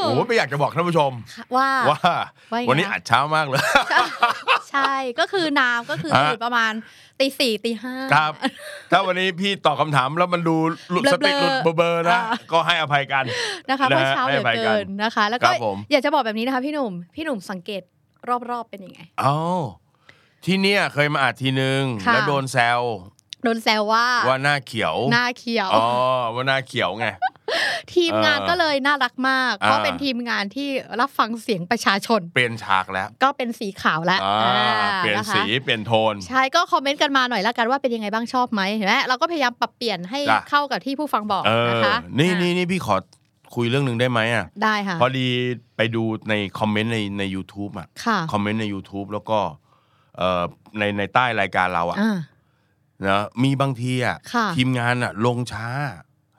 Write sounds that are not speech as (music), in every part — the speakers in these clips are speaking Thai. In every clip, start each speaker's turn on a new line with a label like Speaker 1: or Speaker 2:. Speaker 1: โอ้โหไม่อยากจะบอกท่านผู้ชม
Speaker 2: ว่า
Speaker 1: ว่า
Speaker 2: ว่ายังไง
Speaker 1: วันนี้อัดเช้ามากเลย (laughs)
Speaker 2: ใช่ ก็คือน้ำก็คือ
Speaker 1: ฮะ
Speaker 2: ตื่นประมาณตีสี่ตีห้า
Speaker 1: ครับ
Speaker 2: (laughs)
Speaker 1: ถ้าวันนี้พี่ตอบคำถามแล้วมันดูหลุด
Speaker 2: เบลอๆ
Speaker 1: สติหลุดเบลอๆนะ
Speaker 2: อ่า
Speaker 1: ก็ให้อภัยกัน
Speaker 2: (gasps) นะคะเพราะเช้าเหลือเกินนะคะ แล้ว
Speaker 1: ค
Speaker 2: ก็
Speaker 1: รับผม
Speaker 2: อยากจะบอกแบบนี้นะคะพี่หนุ่ม พี่หนุ่มสังเกตรอบๆเป็นยังไง
Speaker 1: เอ้าที่เนี่ยเคยมาอัดทีนึง
Speaker 2: ค่ะ
Speaker 1: แล้วโดนแซว
Speaker 2: โดนแซวว่า
Speaker 1: ว่าหน้าเขียว
Speaker 2: หน้าเขียว
Speaker 1: อ๋อ ว่าหน้าเขียวไง
Speaker 2: ทีมงาน
Speaker 1: เออ
Speaker 2: ก็เลยน่ารักมาก
Speaker 1: อ่า
Speaker 2: เพราะเป็นทีมงานที่รับฟังเสียงประชาชน
Speaker 1: เปลี่ยนฉากแล้ว
Speaker 2: ก็เป็นสีขาวแล้ว
Speaker 1: อ่า
Speaker 2: อ่า
Speaker 1: เปลี่ยนสี
Speaker 2: ะค
Speaker 1: เปลี่ยนโทน
Speaker 2: ะใช่ก็คอมเมนต์กันมาหน่อยละกันว่าเป็นยังไงบ้างชอบไหมเห็นไหมเราก็พยายามปรับเปลี่ยนให้
Speaker 1: จ้ะ
Speaker 2: เข้ากับที่ผู้ฟังบอก
Speaker 1: เอ
Speaker 2: นะ
Speaker 1: อ
Speaker 2: คะ
Speaker 1: นี่
Speaker 2: อ่ะ
Speaker 1: นี่นี่พี่ขอคุยเรื่องหนึ่งได้ไหมอ่ะ
Speaker 2: ได้ค่ะ
Speaker 1: พอดีไปดูในคอมเมนต์ในใน u t u b e อ่ะ
Speaker 2: ค่ะ
Speaker 1: คอมเมนต์ใน YouTube แล้วก็เอ่อในในใต้รายการเราอะ
Speaker 2: อ่า
Speaker 1: นะมีบางทีอะ
Speaker 2: ค่ะ
Speaker 1: ทีมงานอะลงช้า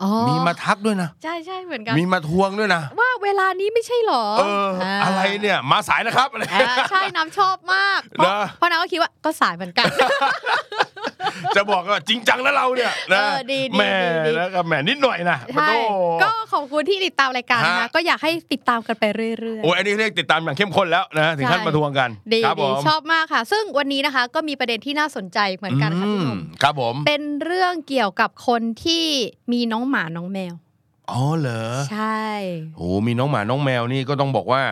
Speaker 2: อ๋อ
Speaker 1: มีมาทักด้วยนะ
Speaker 2: ใช่ใช่เหมือนกัน
Speaker 1: มีมาทวงด้วยนะ
Speaker 2: ว่าเวลานี้ไม่ใช่หรอ
Speaker 1: เออ
Speaker 2: า
Speaker 1: อะไรเนี่ย มาสายนะครับอะไร
Speaker 2: อ่าใช่น้ำชอบมากเพราะ
Speaker 1: นะ
Speaker 2: เพราะน้ำก็คิดว่าก็สายเหมือนกัน
Speaker 1: จะบอกว่าจริงจังแล้วเราเนี่ยนะ
Speaker 2: เออดีดี
Speaker 1: แหม่
Speaker 2: ดีดี
Speaker 1: แล้วก็แหม่นิดหน่อยนะ
Speaker 2: ใช่
Speaker 1: โอ้โห
Speaker 2: ก็ขอบคุณที่ติดตามรายการนะ
Speaker 1: ฮะ
Speaker 2: คะก็อยากให้ติดตามกันไปเรื่อยๆ
Speaker 1: โอ้ยอันนี้เรียกติดตามอย่างเข้มข้นแล้วนะ ถึงขั้น
Speaker 2: ใช่
Speaker 1: มาทวงกัน
Speaker 2: ดี
Speaker 1: ครับผ
Speaker 2: ดี
Speaker 1: ม
Speaker 2: ชอบมากค่ะ ซึ่งวันนี้นะคะ ก็มีประเด็นที่น่าสนใจเหมือนกันค่ะพี่หนุ่ม
Speaker 1: อืครับผม
Speaker 2: เป็นเรื่องเกี่ยวกับคนที่มีน้องหมาน้องแมว
Speaker 1: อ๋อเหรอ
Speaker 2: ใช่
Speaker 1: โอ้มีน้องหมาน้องแมวนี่ก็ต้องบอกว่า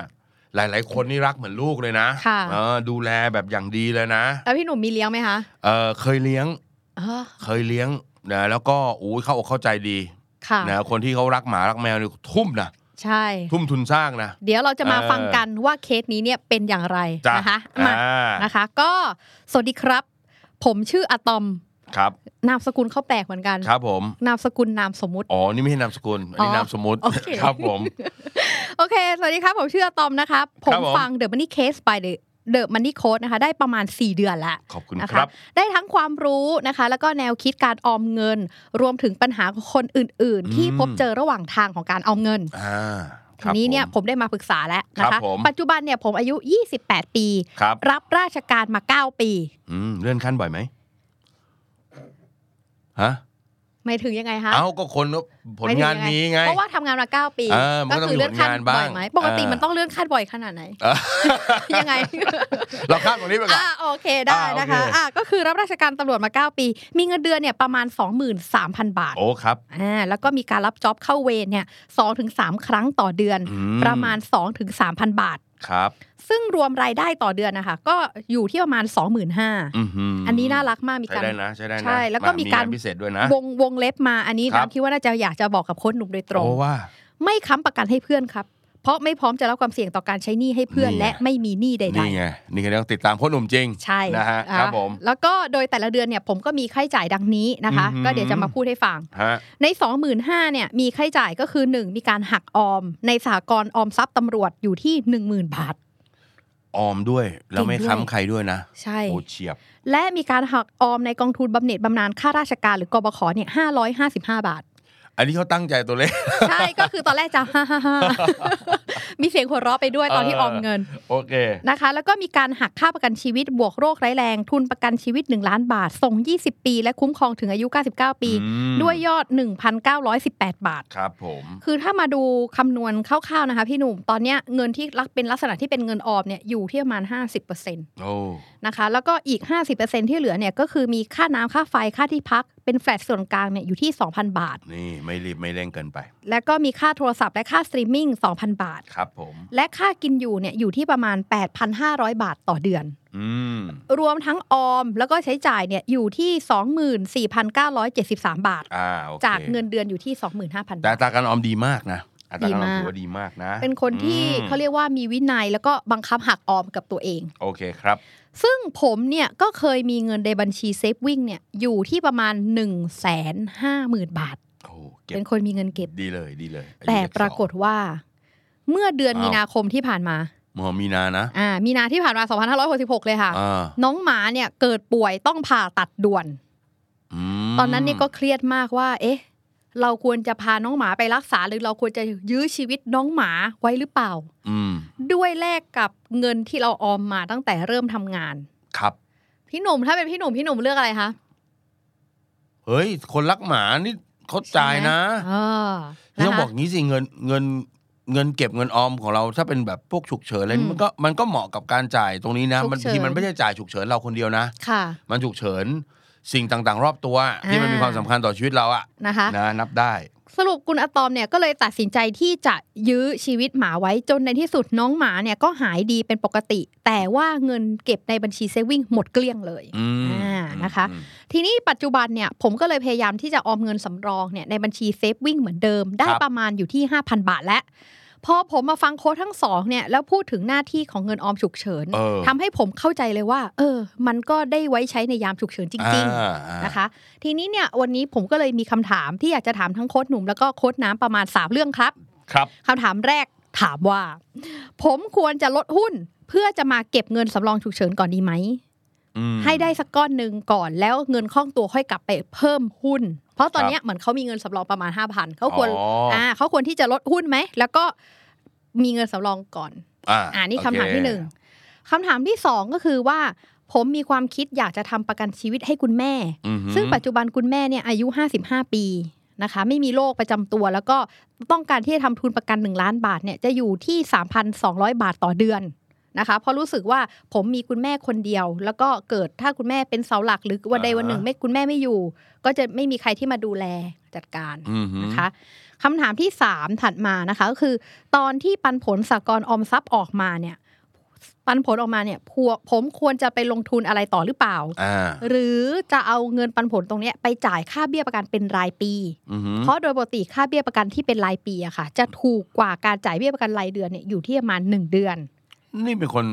Speaker 1: หลาย ๆ คนนี่รักเหมือนลูกเลยนะ
Speaker 2: ค่ะ
Speaker 1: เออดูแลแบบอย่างดีเลยนะ
Speaker 2: แล้วพี่หนุ่มมีเลี้ยงไหมคะ
Speaker 1: เออเคยเลี้ยง
Speaker 2: อ๋อ
Speaker 1: เคยเลี้ยงนะแล้วก็อู้ยเข้าอกเข้าใจดี
Speaker 2: ค่ะ
Speaker 1: นะคนที่เขารักหมารักแมวนี่ทุ่มนะ
Speaker 2: ใช่
Speaker 1: ทุ่มทุนสร้างนะ
Speaker 2: เดี๋ยวเราจะมา
Speaker 1: เออ
Speaker 2: ฟังกันว่าเคสนี้เนี่ยเป็นอย่างไร
Speaker 1: จ้ะ
Speaker 2: นะคะ
Speaker 1: อ่
Speaker 2: มานะคะ ก็สวัสดีครับ ผมชื่ออะตอม
Speaker 1: ครับ
Speaker 2: นามสกุลเขาแปลกเหมือนกัน
Speaker 1: ครับผม
Speaker 2: นามสกุลนามสมมุติ
Speaker 1: อ๋อนี่ไม่ใช่นามสกุลอัน
Speaker 2: อ๋อน
Speaker 1: นี้ามสมมติ
Speaker 2: โอเค
Speaker 1: ครับผม
Speaker 2: โอเค สวัสดีครับ ผมชื่ออะตอมนะครับ ผ
Speaker 1: ครั
Speaker 2: ม
Speaker 1: บผม
Speaker 2: ฟัง The Money Case by The The Money Code นะคะ ได้ประมาณ 4 เดือนละ
Speaker 1: ขอบคุณ
Speaker 2: นะ
Speaker 1: ค
Speaker 2: คะ
Speaker 1: รับ
Speaker 2: ได้ทั้งความรู้นะคะ แล้วก็แนวคิดการออมเงิน รวมถึงปัญหาของคนอื่น ๆ ที่
Speaker 1: อืม
Speaker 2: พบเจอระหว่างทางของการออมเงิน
Speaker 1: อ่าค
Speaker 2: ที
Speaker 1: รับ
Speaker 2: นี้เนี่ย
Speaker 1: ผ
Speaker 2: ผม มได้มาปรึกษาแล้ว
Speaker 1: ค
Speaker 2: นะ
Speaker 1: รั
Speaker 2: คะ
Speaker 1: บผม
Speaker 2: ปัจจุบันเนี่ยผมอายุ 28 ปี
Speaker 1: ครับ
Speaker 2: รับราชการมา 9 ปี
Speaker 1: อืมเลื่อนขั้นบ่อยไหมฮะ
Speaker 2: ไม่ถึงยังไงคะ
Speaker 1: เอ้าก็คนก็ผลงานมีไง
Speaker 2: เพราะว่าทำงานมา 9 ปี
Speaker 1: เออมันก็ต้องมี
Speaker 2: เลื่นขั้น
Speaker 1: ผลงาน
Speaker 2: บ่
Speaker 1: บ้าง
Speaker 2: อยไหมปกติ
Speaker 1: เออ
Speaker 2: มันต้องเลื่อนขั้นบ่อยขนาดไหน
Speaker 1: เออ
Speaker 2: (laughs) ยั
Speaker 1: (laughs)
Speaker 2: งไง
Speaker 1: เราข้ามตรงนี้ไปก่อน
Speaker 2: อ่าโอเคได้
Speaker 1: อ่าโอเค
Speaker 2: นะคะอ่าก็คือรับราชการตำรวจมา 9 ปี มีเงินเดือนเนี่ยประมาณ 23,000 บาท
Speaker 1: โอ้ครับ
Speaker 2: อ่าแล้วก็มีการรับจ็อบเข้าเวรเนี่ยสองถึงสามครั้งต่อเดือน
Speaker 1: อื
Speaker 2: ประมาณ2องถึงสามพันบาท
Speaker 1: ครับ
Speaker 2: ซึ่งรวมรายได้ต่อเดือนนะคะ ก็อยู่ที่ประมาณ 2 5 0 0 0
Speaker 1: อือหื
Speaker 2: อันนี้น่ารักมากมี
Speaker 1: ใช้
Speaker 2: การ
Speaker 1: ได้นะใช้ได้นะ
Speaker 2: ใช่แล้วก็มีการ
Speaker 1: งนพิเศษด้วยนะ
Speaker 2: วงวงเล็บมาอันนี้
Speaker 1: ครับ
Speaker 2: น้ำคิดว่าน่าจะอยากจะบอกกับโค้ชหนุ่มโดยตรง
Speaker 1: โอ้ว่า
Speaker 2: ไม่ค้ำประกันให้เพื่อนครับ เพราะไม่พร้อมจะรับความเสี่ยงต่อการใช้หนี้ให้เพื่อน
Speaker 1: นี่ไง
Speaker 2: และไม่มีหนี้ใด
Speaker 1: นี่ไง นี่ก็ต้องติดตามโค้ชหนุ่มจริง
Speaker 2: ๆ ใช่
Speaker 1: นะฮะ
Speaker 2: อ่า
Speaker 1: ครับผม
Speaker 2: แล้วก็โดยแต่ละเดือนเนี่ยผมก็มีค่าใช้จ่ายดังนี้นะคะ
Speaker 1: อืม
Speaker 2: ก็เดี๋ยวจะมาพูดให้ฟัง
Speaker 1: ฮะ
Speaker 2: ใน 25,000เนี่ยมีค่าใช้จ่ายก็คือ 1 มีการหักออม ในสหกรณ์ออมทรัพย์ตำรวจอยู่ที่ 10,000 บาท
Speaker 1: ออมด้วย แล้วไม่
Speaker 2: จริงด้วย
Speaker 1: ค้ำใครด้วยนะ
Speaker 2: ใช่
Speaker 1: โอ้เฉียบ
Speaker 2: และมีการหักออมในกองทุนบำเหน็จบำนาญข้าราชการหรือกบขเนี่ย555 บา
Speaker 1: (laughs)
Speaker 2: ท
Speaker 1: อันนี้เขาตั้งใจตัวเลข (laughs)
Speaker 2: ใช่ ก็คือตอนแรกจะ (laughs) ฮ่าฮ่าฮ่ามีเสียงหัวเราะไปด้วยตอนที่
Speaker 1: เอ
Speaker 2: อ
Speaker 1: อ
Speaker 2: อมเงิน
Speaker 1: โอเค
Speaker 2: นะคะ แล้วก็มีการหักค่าประกันชีวิตบวกโรคร้ายแรง ทุนประกันชีวิต 1 ล้านบาท ส่ง 20 ปี และคุ้มครองถึงอายุ 99 ปี
Speaker 1: อืม
Speaker 2: ด้วยยอด 1,918 บาท
Speaker 1: ครับผม
Speaker 2: คือถ้ามาดูคำนวณคร่าวๆนะคะพี่หนุ่ม ตอนเนี้ยเงินที่รักเป็นลักษณะที่เป็นเงินออมเนี่ยอยู่ที่ประมาณ 50%
Speaker 1: โอ้
Speaker 2: นะคะแล้วก็อีก 50%ที่เหลือเนี่ยก็คือมีค่าน้ำค่าไฟค่าที่พักเป็นแฟลตส่วนกลางเนี่ยอยู่ที่ 2,000 บาท
Speaker 1: นี่ไม่รีบไม่เร่งเกินไป
Speaker 2: แล้วก็มีค่าโทรศัพท์และค่าสตรีมมิ่ง 2,000 บาท
Speaker 1: ครับผม
Speaker 2: และค่ากินอยู่เนี่ยอยู่ที่ประมาณ 8,500 บาทต่อเดือน
Speaker 1: อืม
Speaker 2: รวมทั้งออมแล้วก็ใช้จ่ายเนี่ยอยู่ที่ 24,973 บาท
Speaker 1: อ่าโอเค
Speaker 2: จากเงินเดือนอยู่ที่ 25,000
Speaker 1: แต่
Speaker 2: บา
Speaker 1: อั
Speaker 2: ท
Speaker 1: ตราการออมดีมากนะอัตราการออม
Speaker 2: ดี
Speaker 1: ถื
Speaker 2: มาก
Speaker 1: อว่าดีมากนะ
Speaker 2: เป็นคนที่
Speaker 1: อืม
Speaker 2: เขาเรียกว่ามีวินัยแล้วก็บังคับหักออมกับตัวเอง
Speaker 1: โอเคครับ
Speaker 2: ซึ่งผมเนี่ยก็เคยมีเงินในบัญชีเซฟวิ่งเนี่ยอยู่ที่ประมาณ 1 5 0 0 0 0 บาท
Speaker 1: โอ้เก็บ
Speaker 2: เป็นคนมีเงินเก็บ
Speaker 1: ดีเลยดีเลยอายุ
Speaker 2: แต่
Speaker 1: เลขสอง
Speaker 2: ปรากฏว่า เมื่อเดือน
Speaker 1: อ้าว
Speaker 2: มีนาคมที่ผ่านมา
Speaker 1: อ๋อมีนานะ
Speaker 2: อ่ามีนาที่ผ่านมา 2566 เลยค่ะ
Speaker 1: อ่า
Speaker 2: น้องหมาเนี่ยเกิดป่วยต้องผ่าตัดด่วน
Speaker 1: ม
Speaker 2: ตอนนั้นเนี่ยก็เครียดมากว่า เอ๊ะ เราควรจะพาน้องหมาไปรักษา หรือเราควรจะยื้อชีวิตน้องหมาไว้หรือเปล่า
Speaker 1: อืม
Speaker 2: ด้วยแลกกับเงินที่เราออมมาตั้งแต่เริ่มทำงาน
Speaker 1: ครับ
Speaker 2: พี่หนุ่มถ้าเป็นพี่หนุ่มพี่หนุ่มเลือกอะไรคะ
Speaker 1: เฮ้ย คนรักหมานี่เขาจ่ายนะ
Speaker 2: เออ
Speaker 1: ต้อง
Speaker 2: นะคะ
Speaker 1: บอกงี้สิเงินเงินเงินเก็บเงินออมของเราถ้าเป็นแบบพวกฉุกเฉินอะไรนี่
Speaker 2: อืม
Speaker 1: มันก็มันก็เหมาะกับการจ่ายตรงนี้นะมัน
Speaker 2: ฉุกเฉิน
Speaker 1: ทีมันไม่ใช่จ่ายฉุกเฉินเราคนเดียวนะ
Speaker 2: ค่ะ
Speaker 1: มันฉุกเฉินสิ่งต่างๆ รอบตัว ที่มันมีความสำคัญต่อชีวิตเราอะ
Speaker 2: นะคะ
Speaker 1: นะนับได้
Speaker 2: สรุปคุณอะตอมเนี่ยก็เลยตัดสินใจที่จะยื้อชีวิตหมาไว้จนในที่สุดน้องหมาเนี่ยก็หายดีเป็นปกติ แต่ว่าเงินเก็บในบัญชีเซวิ่งหมดเกลี้ยงเลย
Speaker 1: อืม
Speaker 2: อ่านะคะ
Speaker 1: อืม
Speaker 2: ทีนี้ปัจจุบันเนี่ยผมก็เลยพยายามที่จะออมเงินสำรองเนี่ยในบัญชีเซฟวิ่งเหมือนเดิม ได้
Speaker 1: ครับ
Speaker 2: ประมาณอยู่ที่ 5,000 บาทแล้ว พอผมมาฟังโค้ชทั้งสองเนี่ยแล้วพูดถึงหน้าที่ของเงินออมฉุกเฉิน
Speaker 1: เออ
Speaker 2: ทำให้ผมเข้าใจเลยว่า เออ มันก็ได้ไว้ใช้ในยามฉุกเฉินจริง ๆ
Speaker 1: อ่าอ่า
Speaker 2: นะคะทีนี้เนี่ยวันนี้ผมก็เลยมีคำถามที่อยากจะถามทั้งโค้ดหนุ่มแล้วก็โค้ดน้ำประมาณ 3 เรื่องครับ
Speaker 1: ครับ
Speaker 2: คำถามแรกถามว่า ผมควรจะลดหุ้นเพื่อจะมาเก็บเงินสำรองฉุกเฉินก่อนดีไหม
Speaker 1: อืม
Speaker 2: ให้ได้สักก้อนหนึ่งก่อนแล้วเงินคล่องตัวค่อยกลับไปเพิ่มหุ้น เพราะตอ
Speaker 1: ค
Speaker 2: น
Speaker 1: รับ
Speaker 2: เนี้ยเหมือนเขามีเงินสำรองประมาณ 5,000เขาควร
Speaker 1: อ๋ออ่
Speaker 2: ่าเขาควรที่จะลดหุ้นไหมแล้วก็มีเงินสำรองก่อน
Speaker 1: อ่า
Speaker 2: อ่านี่
Speaker 1: โอ
Speaker 2: คำ
Speaker 1: เค
Speaker 2: ถามที่หนึ่งคำถามที่สองก็คือว่า ผมมีความคิดอยากจะทำประกันชีวิตให้คุณแม่
Speaker 1: อือหือ
Speaker 2: ซึ่งปัจจุบันคุณแม่เนี่ยอายุ 55 ปีนะคะ ไม่มีโรคประจำตัว แล้วก็ต้องการที่จะทำทุนประกัน 1 ล้านบาทเนี่ยจะอยู่ที่ 3,200 บาทต่อเดือนนะคะเพราะรู้สึกว่าผมมีคุณแม่คนเดียว แล้วก็เกิดถ้าคุณแม่เป็นเสาหลักหรือวันใดวันหนึ่งไม่คุณแม่ไม่อยู่ ก็จะไม่มีใครที่มาดูแลจัดการ
Speaker 1: อือหือ
Speaker 2: นะคะคำถามที่ 3 ถัดมานะคะก็คือ ตอนที่ปันผลสากลออมทรัพย์ออกมาเนี่ยปันผลออกมาเนี่ยพวผมควรจะไปลงทุนอะไรต่อหรือเปล่า
Speaker 1: อ่า
Speaker 2: หรือจะเอาเงินปันผลตรงเนี้ยไปจ่ายค่าเบี้ยประกันเป็นรายปี
Speaker 1: อือหือ
Speaker 2: เพราะโดยปกติค่าเบี้ยประกันที่เป็นรายปีอะค่ะ จะถูกกว่าการจ่ายเบี้ยประกันรายเดือนเนี่ยอยู่ที่ประมาณ 1 เดือน
Speaker 1: นี่เป็นคน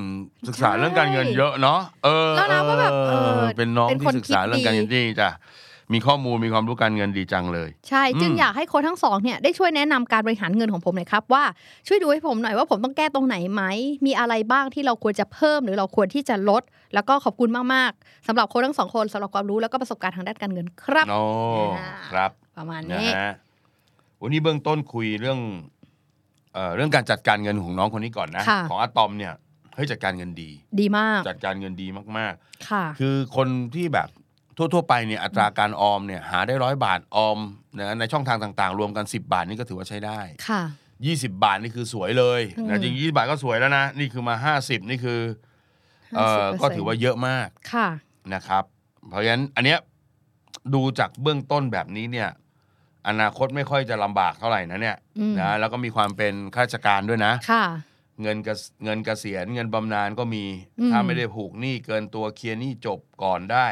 Speaker 1: ศึกษา
Speaker 2: ใช่
Speaker 1: เรื่องการเงินเยอะเนาะเออ
Speaker 2: แล้วเราก็แบบเออ
Speaker 1: เป็นน้อง
Speaker 2: เป็น
Speaker 1: ที่
Speaker 2: คน
Speaker 1: ศึกษา
Speaker 2: คิดดี
Speaker 1: เรื่องการเงินดีจ้ะมีข้อมูลมีความรู้การเงินดีจังเลย
Speaker 2: ใช่จึง
Speaker 1: อืม
Speaker 2: อยากให้โค้ชทั้งสองเนี่ยได้ช่วยแนะนำการบริหารเงินของผมหน่อยครับว่าช่วยดูให้ผมหน่อยว่าผมต้องแก้ตรงไหนไหม มีอะไรบ้างที่เราควรจะเพิ่ม หรือเราควรที่จะลด แล้วก็ขอบคุณมากๆสำหรับโค้ชทั้งสองคนสำหรับความรู้แล้วก็ประสบการณ์ทางด้านการเงินครับ
Speaker 1: โอ้
Speaker 2: อ่า
Speaker 1: ครับ
Speaker 2: ประมาณ
Speaker 1: นะ
Speaker 2: นี้
Speaker 1: ฮะวันนี้เบื้องต้นคุยเรื่องเอ่อเรื่องการจัดการเงินของน้องคนนี้ก่อนนะ ของอะตอมเนี่ยเฮ้ยจัดการเงินดี
Speaker 2: ดีมาก
Speaker 1: จัดการเงินดีมาก ๆ
Speaker 2: ค่ะ
Speaker 1: คือคนที่แบบทั่ว ๆ ไปเนี่ยอัตราการออมเนี่ยหาได้ร้อยบาทออมนะในช่องทางต่างๆ รวมกัน 10 บาทนี่ก็ถือว่าใช้ได้
Speaker 2: ค่ะ
Speaker 1: 20 บาทนี่คือสวยเลย
Speaker 2: อืม
Speaker 1: นะจริง20 บาทก็สวยแล้วนะ นี่คือมา 50 นี่คือเอ่อ
Speaker 2: 50%
Speaker 1: ก็ถือว่าเยอะมาก
Speaker 2: ค่ะ
Speaker 1: นะครับ เพราะฉะนั้นอันเนี้ยดูจากเบื้องต้นแบบนี้เนี่ยอนาคตไม่ค่อยจะลำบากเท่าไหร่นะเนี่ย
Speaker 2: อืม
Speaker 1: นะแล้วก็มีความเป็นข้าราชการด้วยนะ
Speaker 2: ค่ะ
Speaker 1: เงินกระเงินเกษียณเงินบำนาญก็มี
Speaker 2: อืม
Speaker 1: ถ้าไม่ได้ผูกหนี้เกินตัวเคลียร์หนี้จบก่อนได้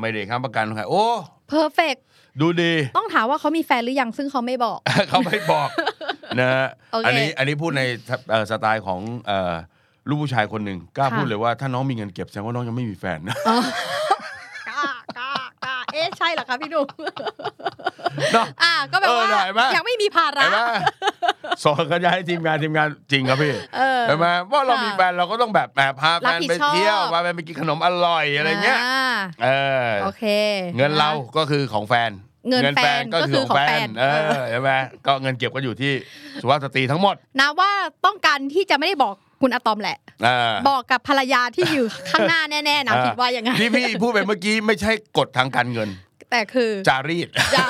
Speaker 1: ไม่ได้ค้ำประกันใครโอ้
Speaker 2: เพอร์เฟก
Speaker 1: ดูดี (laughs)
Speaker 2: ต้องถามว่าเขามีแฟนหรือยังซึ่งเขาไม่บอก
Speaker 1: เขาไม่
Speaker 2: (laughs)
Speaker 1: บอก นะฮะ
Speaker 2: โอเค
Speaker 1: อันนี้อันนี้พูดในเอ่อสไตล์ของเอ่อลูกผู้ชายคนหนึ่งกล้า
Speaker 2: ค่ะ
Speaker 1: พูดเลยว่าถ้าน้องมีเงินเก็บแสดงว่าน้องยังไม่มีแฟน (laughs)
Speaker 2: (laughs) อ๋อกล้ากล้ากล้าเอ๊ะ (laughs) ใช่เหรอคะพี่หนุ่ม
Speaker 1: เนาะ
Speaker 2: อ่าก็แบบ
Speaker 1: เออ
Speaker 2: ว่า
Speaker 1: ได้ไหม
Speaker 2: ยังไม่มีภาระ
Speaker 1: เห็นไหมสอนกระจายให้ทีมงานทีมงานจริงครับพี่
Speaker 2: เออ
Speaker 1: เห็นไหมว่าเรามี
Speaker 2: ค่ะ
Speaker 1: แฟนเราก็ต้องแบบแอบพาแฟน
Speaker 2: รับผิด
Speaker 1: ไปเที่ยว
Speaker 2: ชอบ
Speaker 1: พาแฟนไปกินขนมอร่อยอะไรเงี้ย
Speaker 2: อ่า
Speaker 1: เออ
Speaker 2: โอเค
Speaker 1: เงินเราก็คือของแฟน
Speaker 2: เงินแฟน
Speaker 1: ก็คือของแฟ
Speaker 2: ก็คือของแฟ
Speaker 1: น
Speaker 2: น
Speaker 1: เออใช่ไหมก็เงินเก็บก็อยู่ที่สุภาพสตรีทั้งหมด
Speaker 2: นะว่าต้องการที่จะไม่ได้บอกคุณอะตอมแหละ
Speaker 1: เออ
Speaker 2: บอกกับภรรยาที่อยู่ ข้างหน้าแน่ๆนะ
Speaker 1: อ่า
Speaker 2: คิดว่ายังไง
Speaker 1: ที่พี่พูดไปเมื่อกี้ไม่ใช่กฎทางการเงิน
Speaker 2: แต่คือ
Speaker 1: จารีต
Speaker 2: จา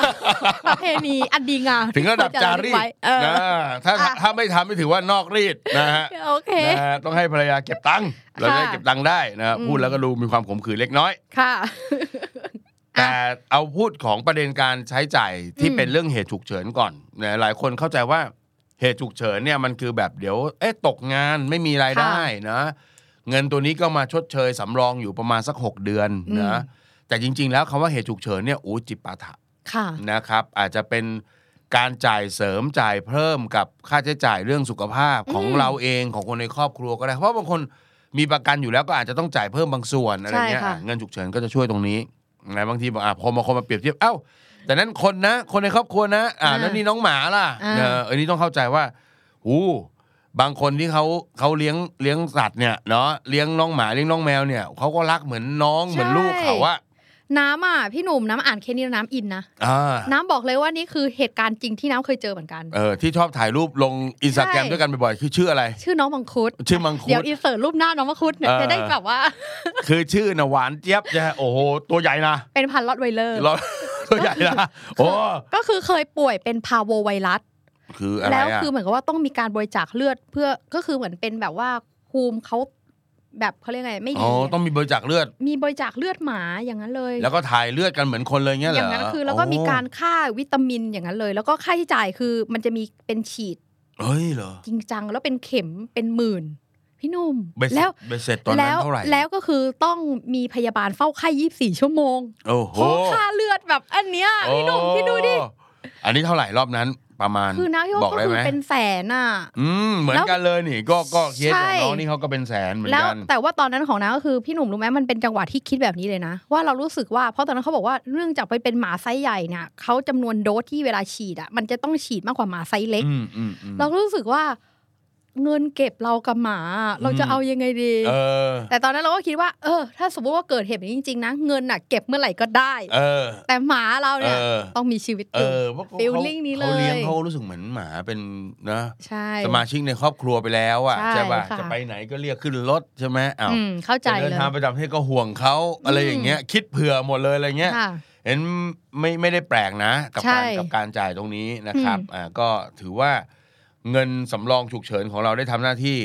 Speaker 2: ประเพณีอันดีงาม
Speaker 1: ถึงระดับจารีต
Speaker 2: ไว้เออ
Speaker 1: นะถ้า
Speaker 2: อ่ะ
Speaker 1: ถ้าไม่ทำไม่ถือว่านอกรีดนะฮะ
Speaker 2: โอเค
Speaker 1: นะฮะต้องให้ภรรยาเก็บตังค์เราจะได้เก็บตังค์ได้นะฮะ
Speaker 2: อืม
Speaker 1: พูดแล้วก็ดูมีความขมขื่นเล็กน้อย
Speaker 2: ค่ะ
Speaker 1: แต่เอาพูดของประเด็นการใช้จ่ายที่
Speaker 2: อืม
Speaker 1: เป็นเรื่องเหตุฉุกเฉินก่อนนะหลายคนเข้าใจว่าเหตุฉุกเฉินเนี่ยมันคือแบบเดี๋ยว เอ๊ะตกงานไม่มีรายได้นะ เงินตัวนี้ก็มาชดเชยสำรองอยู่ประมาณสัก 6 เดือนนะแต่จริง ๆ แล้วคำว่าเหตุฉุกเฉินเนี่ยโอ้จิปาถะ
Speaker 2: ค่ะ
Speaker 1: นะครับ อาจจะเป็นการจ่ายเสริมจ่ายเพิ่มกับค่าใช้จ่ายเรื่องสุขภาพของ
Speaker 2: อืม
Speaker 1: เราเองของคนในครอบครัวก็ได้เพราะบางคนมีประกันอยู่แล้วก็อาจจะต้องจ่ายเพิ่มบางส่วนอะไรเงี้ย
Speaker 2: ใช่ค่ะ
Speaker 1: อ่ะเงินฉุกเฉินก็จะช่วยตรงนี้ นะบางทีบอกอ่ะพอมาคนมาเปรียบเทียบเอ้า แต่นั้นคนนะ คนในครอบครัวนะ อ่า
Speaker 2: อ่า
Speaker 1: แล้วนี่น้องหมาล่ะ
Speaker 2: อ่า
Speaker 1: เอออันนี้ต้องเข้าใจว่าหู บางคนที่เขาเขาเลี้ยงเลี้ยงสัตว์เนี่ยเนาะเลี้ยงน้องหมาเลี้ยงน้องแมวเนี่ยเขาก็รักเหมือนน้องเหมือนลูกเขาอะ
Speaker 2: น้ำอ่ะพี่หนุ่มน้ำอ่านเคสนี้แล้วน้ำอินนะ
Speaker 1: อ่า
Speaker 2: น้ำบอกเลยว่านี่คือเหตุการณ์จริงที่น้ำเคยเจอเหมือนกัน
Speaker 1: เออที่ชอบถ่ายรูปลงอินสตาแกรม
Speaker 2: ใช่
Speaker 1: ด้วยกันบ่อยๆคือชื่ออะไร
Speaker 2: ชื่อน้องมังคุด
Speaker 1: ชื่อมังคุ
Speaker 2: เดี๋ยว
Speaker 1: ด
Speaker 2: อินเสิร์ตรูปหน้าน้องมังคุดเนี่ย
Speaker 1: เออ
Speaker 2: จะได้แบบว่า
Speaker 1: คือชื่อน่ะหวานเจี๊ยบจะโอ้โหตัวใหญ่นะ
Speaker 2: เป็นพันลอดไวเลอร์
Speaker 1: เรา (laughs) ตัวใหญ่นะโอ้
Speaker 2: ก็คือเคยป่วยเป็นพาโวไวรัส
Speaker 1: คืออะไร
Speaker 2: แล้ว
Speaker 1: อะ
Speaker 2: คือเหมือนกับว่าต้องมีการบริจาคเลือดเพื่อก็คือเหมือนเป็นแบบว่าภูมิเขาแบบเขาเรียกไงไม่
Speaker 1: อ๋
Speaker 2: ดี
Speaker 1: อ
Speaker 2: เนี่ย
Speaker 1: ต้องมีบริจาคเลือด
Speaker 2: มีบริจาคเลือดหมาอย่างนั้นเลย
Speaker 1: แล้วก็ถ่ายเลือดกันเหมือนคนเลยเงี้ยเหร
Speaker 2: อ
Speaker 1: อย่าง
Speaker 2: นั้นคือแล้วก็มีการค่าวิตามินอย่างนั้นเลย แล้วก็ค่าใช้จ่ายคือมันจะมีเป็นฉีด
Speaker 1: เอ้ยเหรอ
Speaker 2: จริงจังแล้วเป็นเข็มเป็นหมื่น พี่หนุ่ม
Speaker 1: เบ็ดเสร็จ
Speaker 2: แล้ว
Speaker 1: เบ็ดเสร็จตอนนั้
Speaker 2: แล้
Speaker 1: น
Speaker 2: ว
Speaker 1: เท่าไหร่
Speaker 2: แล้วก็คือต้องมีพยาบาลเฝ้าไข้ 24 ชั่วโมง
Speaker 1: โอ้โห
Speaker 2: เพราะค่าเลือดแบบอันเนี้ยพี่หนุ่มคิดดูดิ
Speaker 1: โอ้อันนี้เท่าไหร่รอบนั้นประมาณ
Speaker 2: คือนะพี่ว่า
Speaker 1: บอก
Speaker 2: ก็
Speaker 1: ได้
Speaker 2: คื
Speaker 1: ไห
Speaker 2: อ
Speaker 1: ม
Speaker 2: เป็นแสนอ่ะ
Speaker 1: อืมเหมือนกันเลยนี่ ก็ก็เคส
Speaker 2: ใช่
Speaker 1: ของน้องนี่เขาก็เป็นแสนเหมือน
Speaker 2: แล้ว
Speaker 1: กัน
Speaker 2: แต่ว่าตอนนั้นของน้าก็คือพี่หนุ่มรู้ไหมมันเป็นจังหวะที่คิดแบบนี้เลยนะ ว่าเรารู้สึกว่าเพราะตอนนั้นเขาบอกว่าเรื่องจากไปเป็นหมาไซส์ใหญ่เนี่ยเขาจำนวนโดสที่เวลาฉีดอ่ะมันจะต้องฉีดมากกว่าหมาไซส์เล็ก
Speaker 1: อืมอืมอืม
Speaker 2: เรารู้สึกว่าเงินเก็บเรากับหมาเราจะเอายังไงดี
Speaker 1: เออ
Speaker 2: แต่ตอนนั้นเราก็คิดว่า เออ ถ้าสมมติว่าเกิดเหตุแบบนี้จริงๆนะเงินอ่ะเก็บเมื่อไหร่ก็ได้
Speaker 1: เออ
Speaker 2: แต่หมาเรา
Speaker 1: เอ
Speaker 2: เนี่ย
Speaker 1: อ
Speaker 2: ต้องมีชีวิตอ
Speaker 1: เอยู่ อเพราะเขา
Speaker 2: feeling นี้เลย
Speaker 1: เขาเลี้ยงเขารู้สึกเหมือนหมาเป็นนะ
Speaker 2: ใช่
Speaker 1: สมาชิกในครอบครัวไปแล้วอ่ะ
Speaker 2: ใช่
Speaker 1: ใช่ป่ะ
Speaker 2: ค่ะ
Speaker 1: จะไปไหนก็เรียกขึ้นรถใช่ไหมอ้าว
Speaker 2: อืมเข้าใจ
Speaker 1: จะเดิน
Speaker 2: เลย
Speaker 1: ทางไปต่างประเทศก็ห่วงเขาอะไร
Speaker 2: อืม
Speaker 1: อย่างเงี้ย คิดเผื่อหมดเลยอะไรเงี้ย
Speaker 2: ค่ะ
Speaker 1: เห็นไม่ไม่ได้แปลกนะ กับ
Speaker 2: ใช่
Speaker 1: การกับการจ่ายตรงนี้นะครับ
Speaker 2: อืม
Speaker 1: อ่าก็ถือว่าเงินสำรองฉุกเฉินของเราได้ทำหน้าที่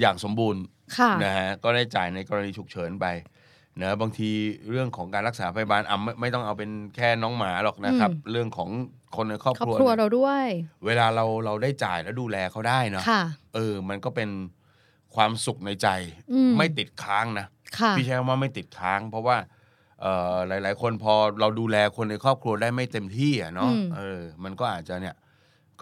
Speaker 1: อย่างสมบูรณ์
Speaker 2: ค่ะ
Speaker 1: นะฮะก็ได้จ่ายในกรณีฉุกเฉินไปนะบางทีเรื่องของการรักษาพยาบาลอ่ะไม่ไม่ต้องเอาเป็นแค่น้องหมาหรอกนะครับ
Speaker 2: อืม
Speaker 1: เรื่องของคนในครอบ
Speaker 2: คร
Speaker 1: ค
Speaker 2: อบ
Speaker 1: รัว
Speaker 2: ครัว
Speaker 1: เนี่ย
Speaker 2: เราด้วย
Speaker 1: เวลาเราเราได้จ่ายแล้วดูแลเขาได้เนาะ
Speaker 2: ค่ะ
Speaker 1: เออ มันก็เป็นความสุขในใจ
Speaker 2: อืม
Speaker 1: ไม่ติดค้างนะ
Speaker 2: ค่ะ
Speaker 1: พี่ใช้คำว่าไม่ติดค้าง เพราะว่าเอ่อหลาย ๆ คนพอเราดูแลคนในครอบครัวได้ไม่เต็มที่อ่ะเนาะ
Speaker 2: อืม
Speaker 1: เออ มันก็อาจจะเนี่ย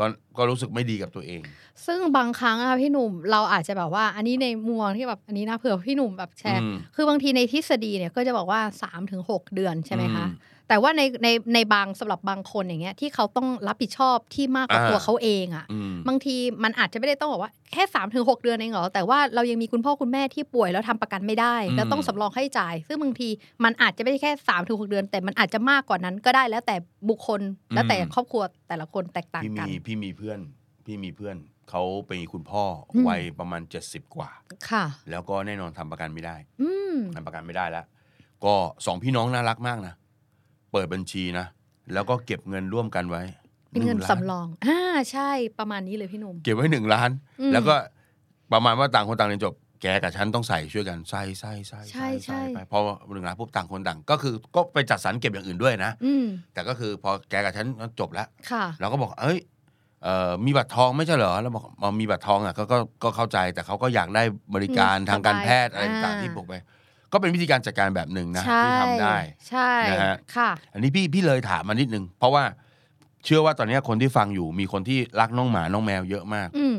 Speaker 1: ก็ก็รู้สึกไม่ดีกับตัวเอง
Speaker 2: ซึ่งบางครั้งอะพี่หนุ่มเราอาจจะแบบว่า อันนี้ในมุมมองที่แบบอันนี้นะเผื่อพี่หนุ่มแบบแชร์
Speaker 1: อืม
Speaker 2: คือบางทีในทฤษฎีเนี่ยก็จะบอกว่า3าถึงหเดือนใช่ไหมคะ
Speaker 1: อื
Speaker 2: แต่ว่าในในในบางสำหรับบางคนอย่างเงี้ยที่เขาต้องรับผิดชอบที่มากกว่า
Speaker 1: อ่า
Speaker 2: ตัวเขาเองอะ
Speaker 1: อืม
Speaker 2: บางทีมันอาจจะไม่ได้ต้องบอกว่าแค่3าถึงหเดือนเองเหรอแต่ว่าเรายังมีคุณพ่อคุณแม่ที่ป่วยแล้วทำประกันไม่ได้ แล้วต้องสำรองค่าใช้จ่าย ซึ่งบางทีมันอาจจะไม่ได้แค่3าถึงหเดือน แต่มันอาจจะมากกว่านั้นก็ได้แล้วแต่บุคคลแล้วแต่ครอบครัวแต่ละคนแตกต่าง
Speaker 1: พี่
Speaker 2: กัน
Speaker 1: มีพี่มีเพื่อน พี่มีเพื่อนเขาไปนคุณพ่ออวัยประมาณ 70 กว่า
Speaker 2: ค่ะ
Speaker 1: แล้วก็แน่นอนทำประกันไม่ได้
Speaker 2: อืม
Speaker 1: ทำประกันไม่ได้แล้วก็สองพี่น้องน่ารักมากนะเปิดบัญชีนะแล้วก็เก็บเงินร่วมกันไว้
Speaker 2: เป็นเงิน
Speaker 1: หล้า
Speaker 2: สำรองอ่าใช่ประมาณนี้เลยพี่หนุ่ม
Speaker 1: เก็บไว้หนึ่งล้าน
Speaker 2: อืม
Speaker 1: แล้วก็ประมาณว่าต่างคนต่างเรียนจบ แกกับฉันต้องใส่ช่วยกันใส่ใส่ใส่
Speaker 2: ใช่ใช่
Speaker 1: ไปพอหนึ่งล้านปุ๊บต่างคนต่าง ก็คือก็ไปจัดสรรเก็บอย่างอื่นด้วยนะ
Speaker 2: อืม
Speaker 1: แต่ก็คือพอแกกับฉันจบแล้ว
Speaker 2: ค่ะ
Speaker 1: เราก็บอกเอ้ยเอ่อมีบัตรทองไม่ใช่เหรอเราบอกอ๋อมีบัตรทองอ่ะก็ก็ก็เข้าใจแต่เขาก็อยากได้บริการ
Speaker 2: อืม
Speaker 1: ทางการ
Speaker 2: สบาย
Speaker 1: แพทย์อะไร
Speaker 2: อ่า
Speaker 1: ต่างๆที่บอกไปก็เป็นวิธีการจัดการแบบหนึ่งนะ
Speaker 2: ใช่
Speaker 1: ที่ทำได้
Speaker 2: ใช่
Speaker 1: นะฮะ
Speaker 2: ค่ะ
Speaker 1: อันนี้พี่พี่เลยถามมานิดนึงเพราะว่าเชื่อว่าตอนนี้คนที่ฟังอยู่มีคนที่รักน้องหมาน้องแมวเยอะมาก
Speaker 2: อืม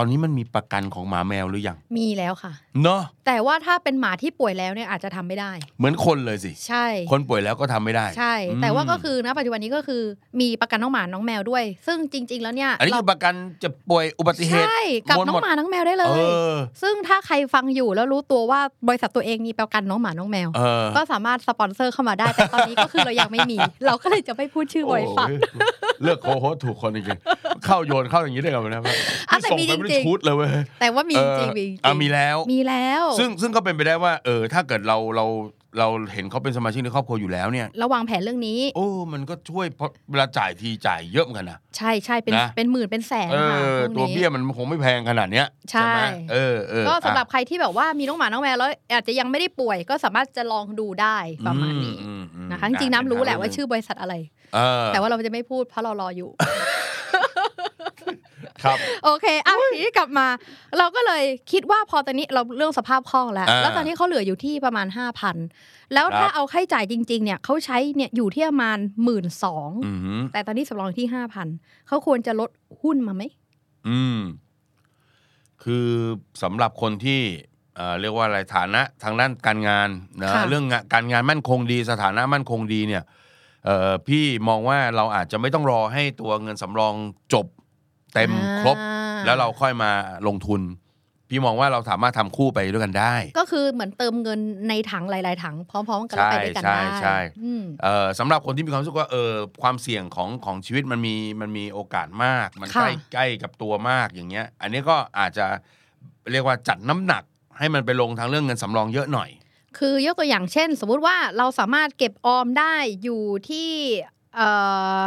Speaker 1: ตอนนี้มันมีประกันของหมาแมวหรือยัง
Speaker 2: มีแล้วค่ะ
Speaker 1: เนาะ
Speaker 2: แต่ว่าถ้าเป็นหมาที่ป่วยแล้วเนี่ยอาจจะทำไม่ได้
Speaker 1: เหมือนคนเลยสิ
Speaker 2: ใช่
Speaker 1: คนป่วยแล้วก็ทำไม่ได้
Speaker 2: ใช่
Speaker 1: อืม
Speaker 2: แต่ว่าก็คือนะปัจจุบันนี้ก็คือมีประกันน้องหมาน้องแมวด้วย ซึ่งจริง ๆ แล้วเนี่ย
Speaker 1: อันนี้คือประกันเจะป่วยอุบัติเหตุ
Speaker 2: ใช่กับน้อ
Speaker 1: ห
Speaker 2: งหมาน้องแมวได้เล
Speaker 1: เอย อ
Speaker 2: ซึ่งถ้าใครฟังอยู่แล้วรู้ตัวว่าบริษัทตัวเองมีประกันน้องหมาน้องแมว
Speaker 1: เออ
Speaker 2: ก็สามารถสปอนเซอร์เข้ามาได้แต่ตอนนี้ก็คือเรายังไม่มี (laughs) เราก็เลยจะไม่พูดชื่อบริษัท
Speaker 1: โอ้ย (laughs) เลือกโคโฮสถูกคนจริงๆเข้าโยนเข้าอย่างนี้ได้กับมันนะพี่
Speaker 2: (laughs) อ่ะแต่
Speaker 1: ส่ง
Speaker 2: มี
Speaker 1: ไปไม่
Speaker 2: จริ
Speaker 1: ได้
Speaker 2: งๆ
Speaker 1: ชุดเลยเว้ย
Speaker 2: แต่ว่ามี
Speaker 1: เออ
Speaker 2: จริงๆมีจริงๆ
Speaker 1: อ่ะมีแล้ว
Speaker 2: มีแล้ว
Speaker 1: ซึ่งซึ่งก็เป็นไปได้ว่า เออ ถ้าเกิดเราเราเราเห็นเขาเป็นสมาชิกในครอบครัวอยู่แล้วเนี่ย
Speaker 2: ระวางแผนเรื่องนี้
Speaker 1: โอ้ มันก็ช่วยเพราะเวลาจ่ายทีจ่ายเยอะเหมือนกันนะ
Speaker 2: ใช่ใช่เป็น
Speaker 1: นะ
Speaker 2: เป็นหมื่นเป็นแสน
Speaker 1: เออ
Speaker 2: ค่ะพ
Speaker 1: ตัว
Speaker 2: กนี้
Speaker 1: เบี้ยมันคงไม่แพงขนาดเนี้ยไหม
Speaker 2: ใช่
Speaker 1: เออเออ
Speaker 2: ก็สำหรับ
Speaker 1: อ่ะ
Speaker 2: ใครที่แบบว่ามีน้องหมาน้องแมวแล้วอาจจะยังไม่ได้ป่วยก็สามารถจะลองดูได้ประมาณนี้
Speaker 1: อืมอืม
Speaker 2: นะคะจริงๆน้ำรู้แหละว่าชื่อบริษัทอะไร
Speaker 1: เออ
Speaker 2: แต่ว่าเราจะไม่พูดเพราะเรารออยู่
Speaker 1: ครับ
Speaker 2: โอเคอ่ะทีนี้กลับมา เราก็เลยคิดว่าพอตอนนี้เราเรื่องสภาพคล่องแล้ว
Speaker 1: อ่า
Speaker 2: แล้วตอนนี้เขาเหลืออยู่ที่ประมาณ 5,000 แล้ว
Speaker 1: ค
Speaker 2: ถ้า
Speaker 1: รับ
Speaker 2: เอาค่าใช้จ่ายจริง ๆ เนี่ยเขาใช้เนี่ยอยู่ที่ประมาณหมื่นสอง
Speaker 1: อืม
Speaker 2: แต่ตอนนี้สำรองที่ 5,000เขาควรจะลดหุ้นมาไหม
Speaker 1: อืม คือสำหรับคนที่เอ่อเรียกว่าอะไรฐานะทางด้านการงานนะ
Speaker 2: ะ
Speaker 1: เรื่องงานการงานมั่นคงดี สถานะมั่นคงดีเนี่ยเอ่อพี่มองว่าเราอาจจะไม่ต้องรอให้ตัวเงินสำรองจบเต็มครบ
Speaker 2: อ่า
Speaker 1: แล้วเราค่อยมาลงทุน พี่มองว่าเราสามารถทำคู่ไปด้วยกันได้
Speaker 2: ก็คือเหมือนเติมเงินในถังหลาย ๆ ถังพร้อม ๆ กันแล้วไปด้วยกัน
Speaker 1: ใช่
Speaker 2: ได้
Speaker 1: ใช่ใช่
Speaker 2: อืม
Speaker 1: เอ่อสำหรับคนที่มีความรู้สึกว่าเออความเสี่ยงของของชีวิตมันมีมันมีโอกาสมาก มัน
Speaker 2: ค่ะ
Speaker 1: ใกล้ใกล้กับตัวมากอย่างเงี้ย อันนี้ก็อาจจะเรียกว่าจัดน้ำหนัก ให้มันไปลงทางเรื่องเงินสำรองเยอะหน่อย
Speaker 2: คือยกตัวอย่างเช่น สมมุติว่าเราสามารถเก็บออมได้อยู่ที่เอ่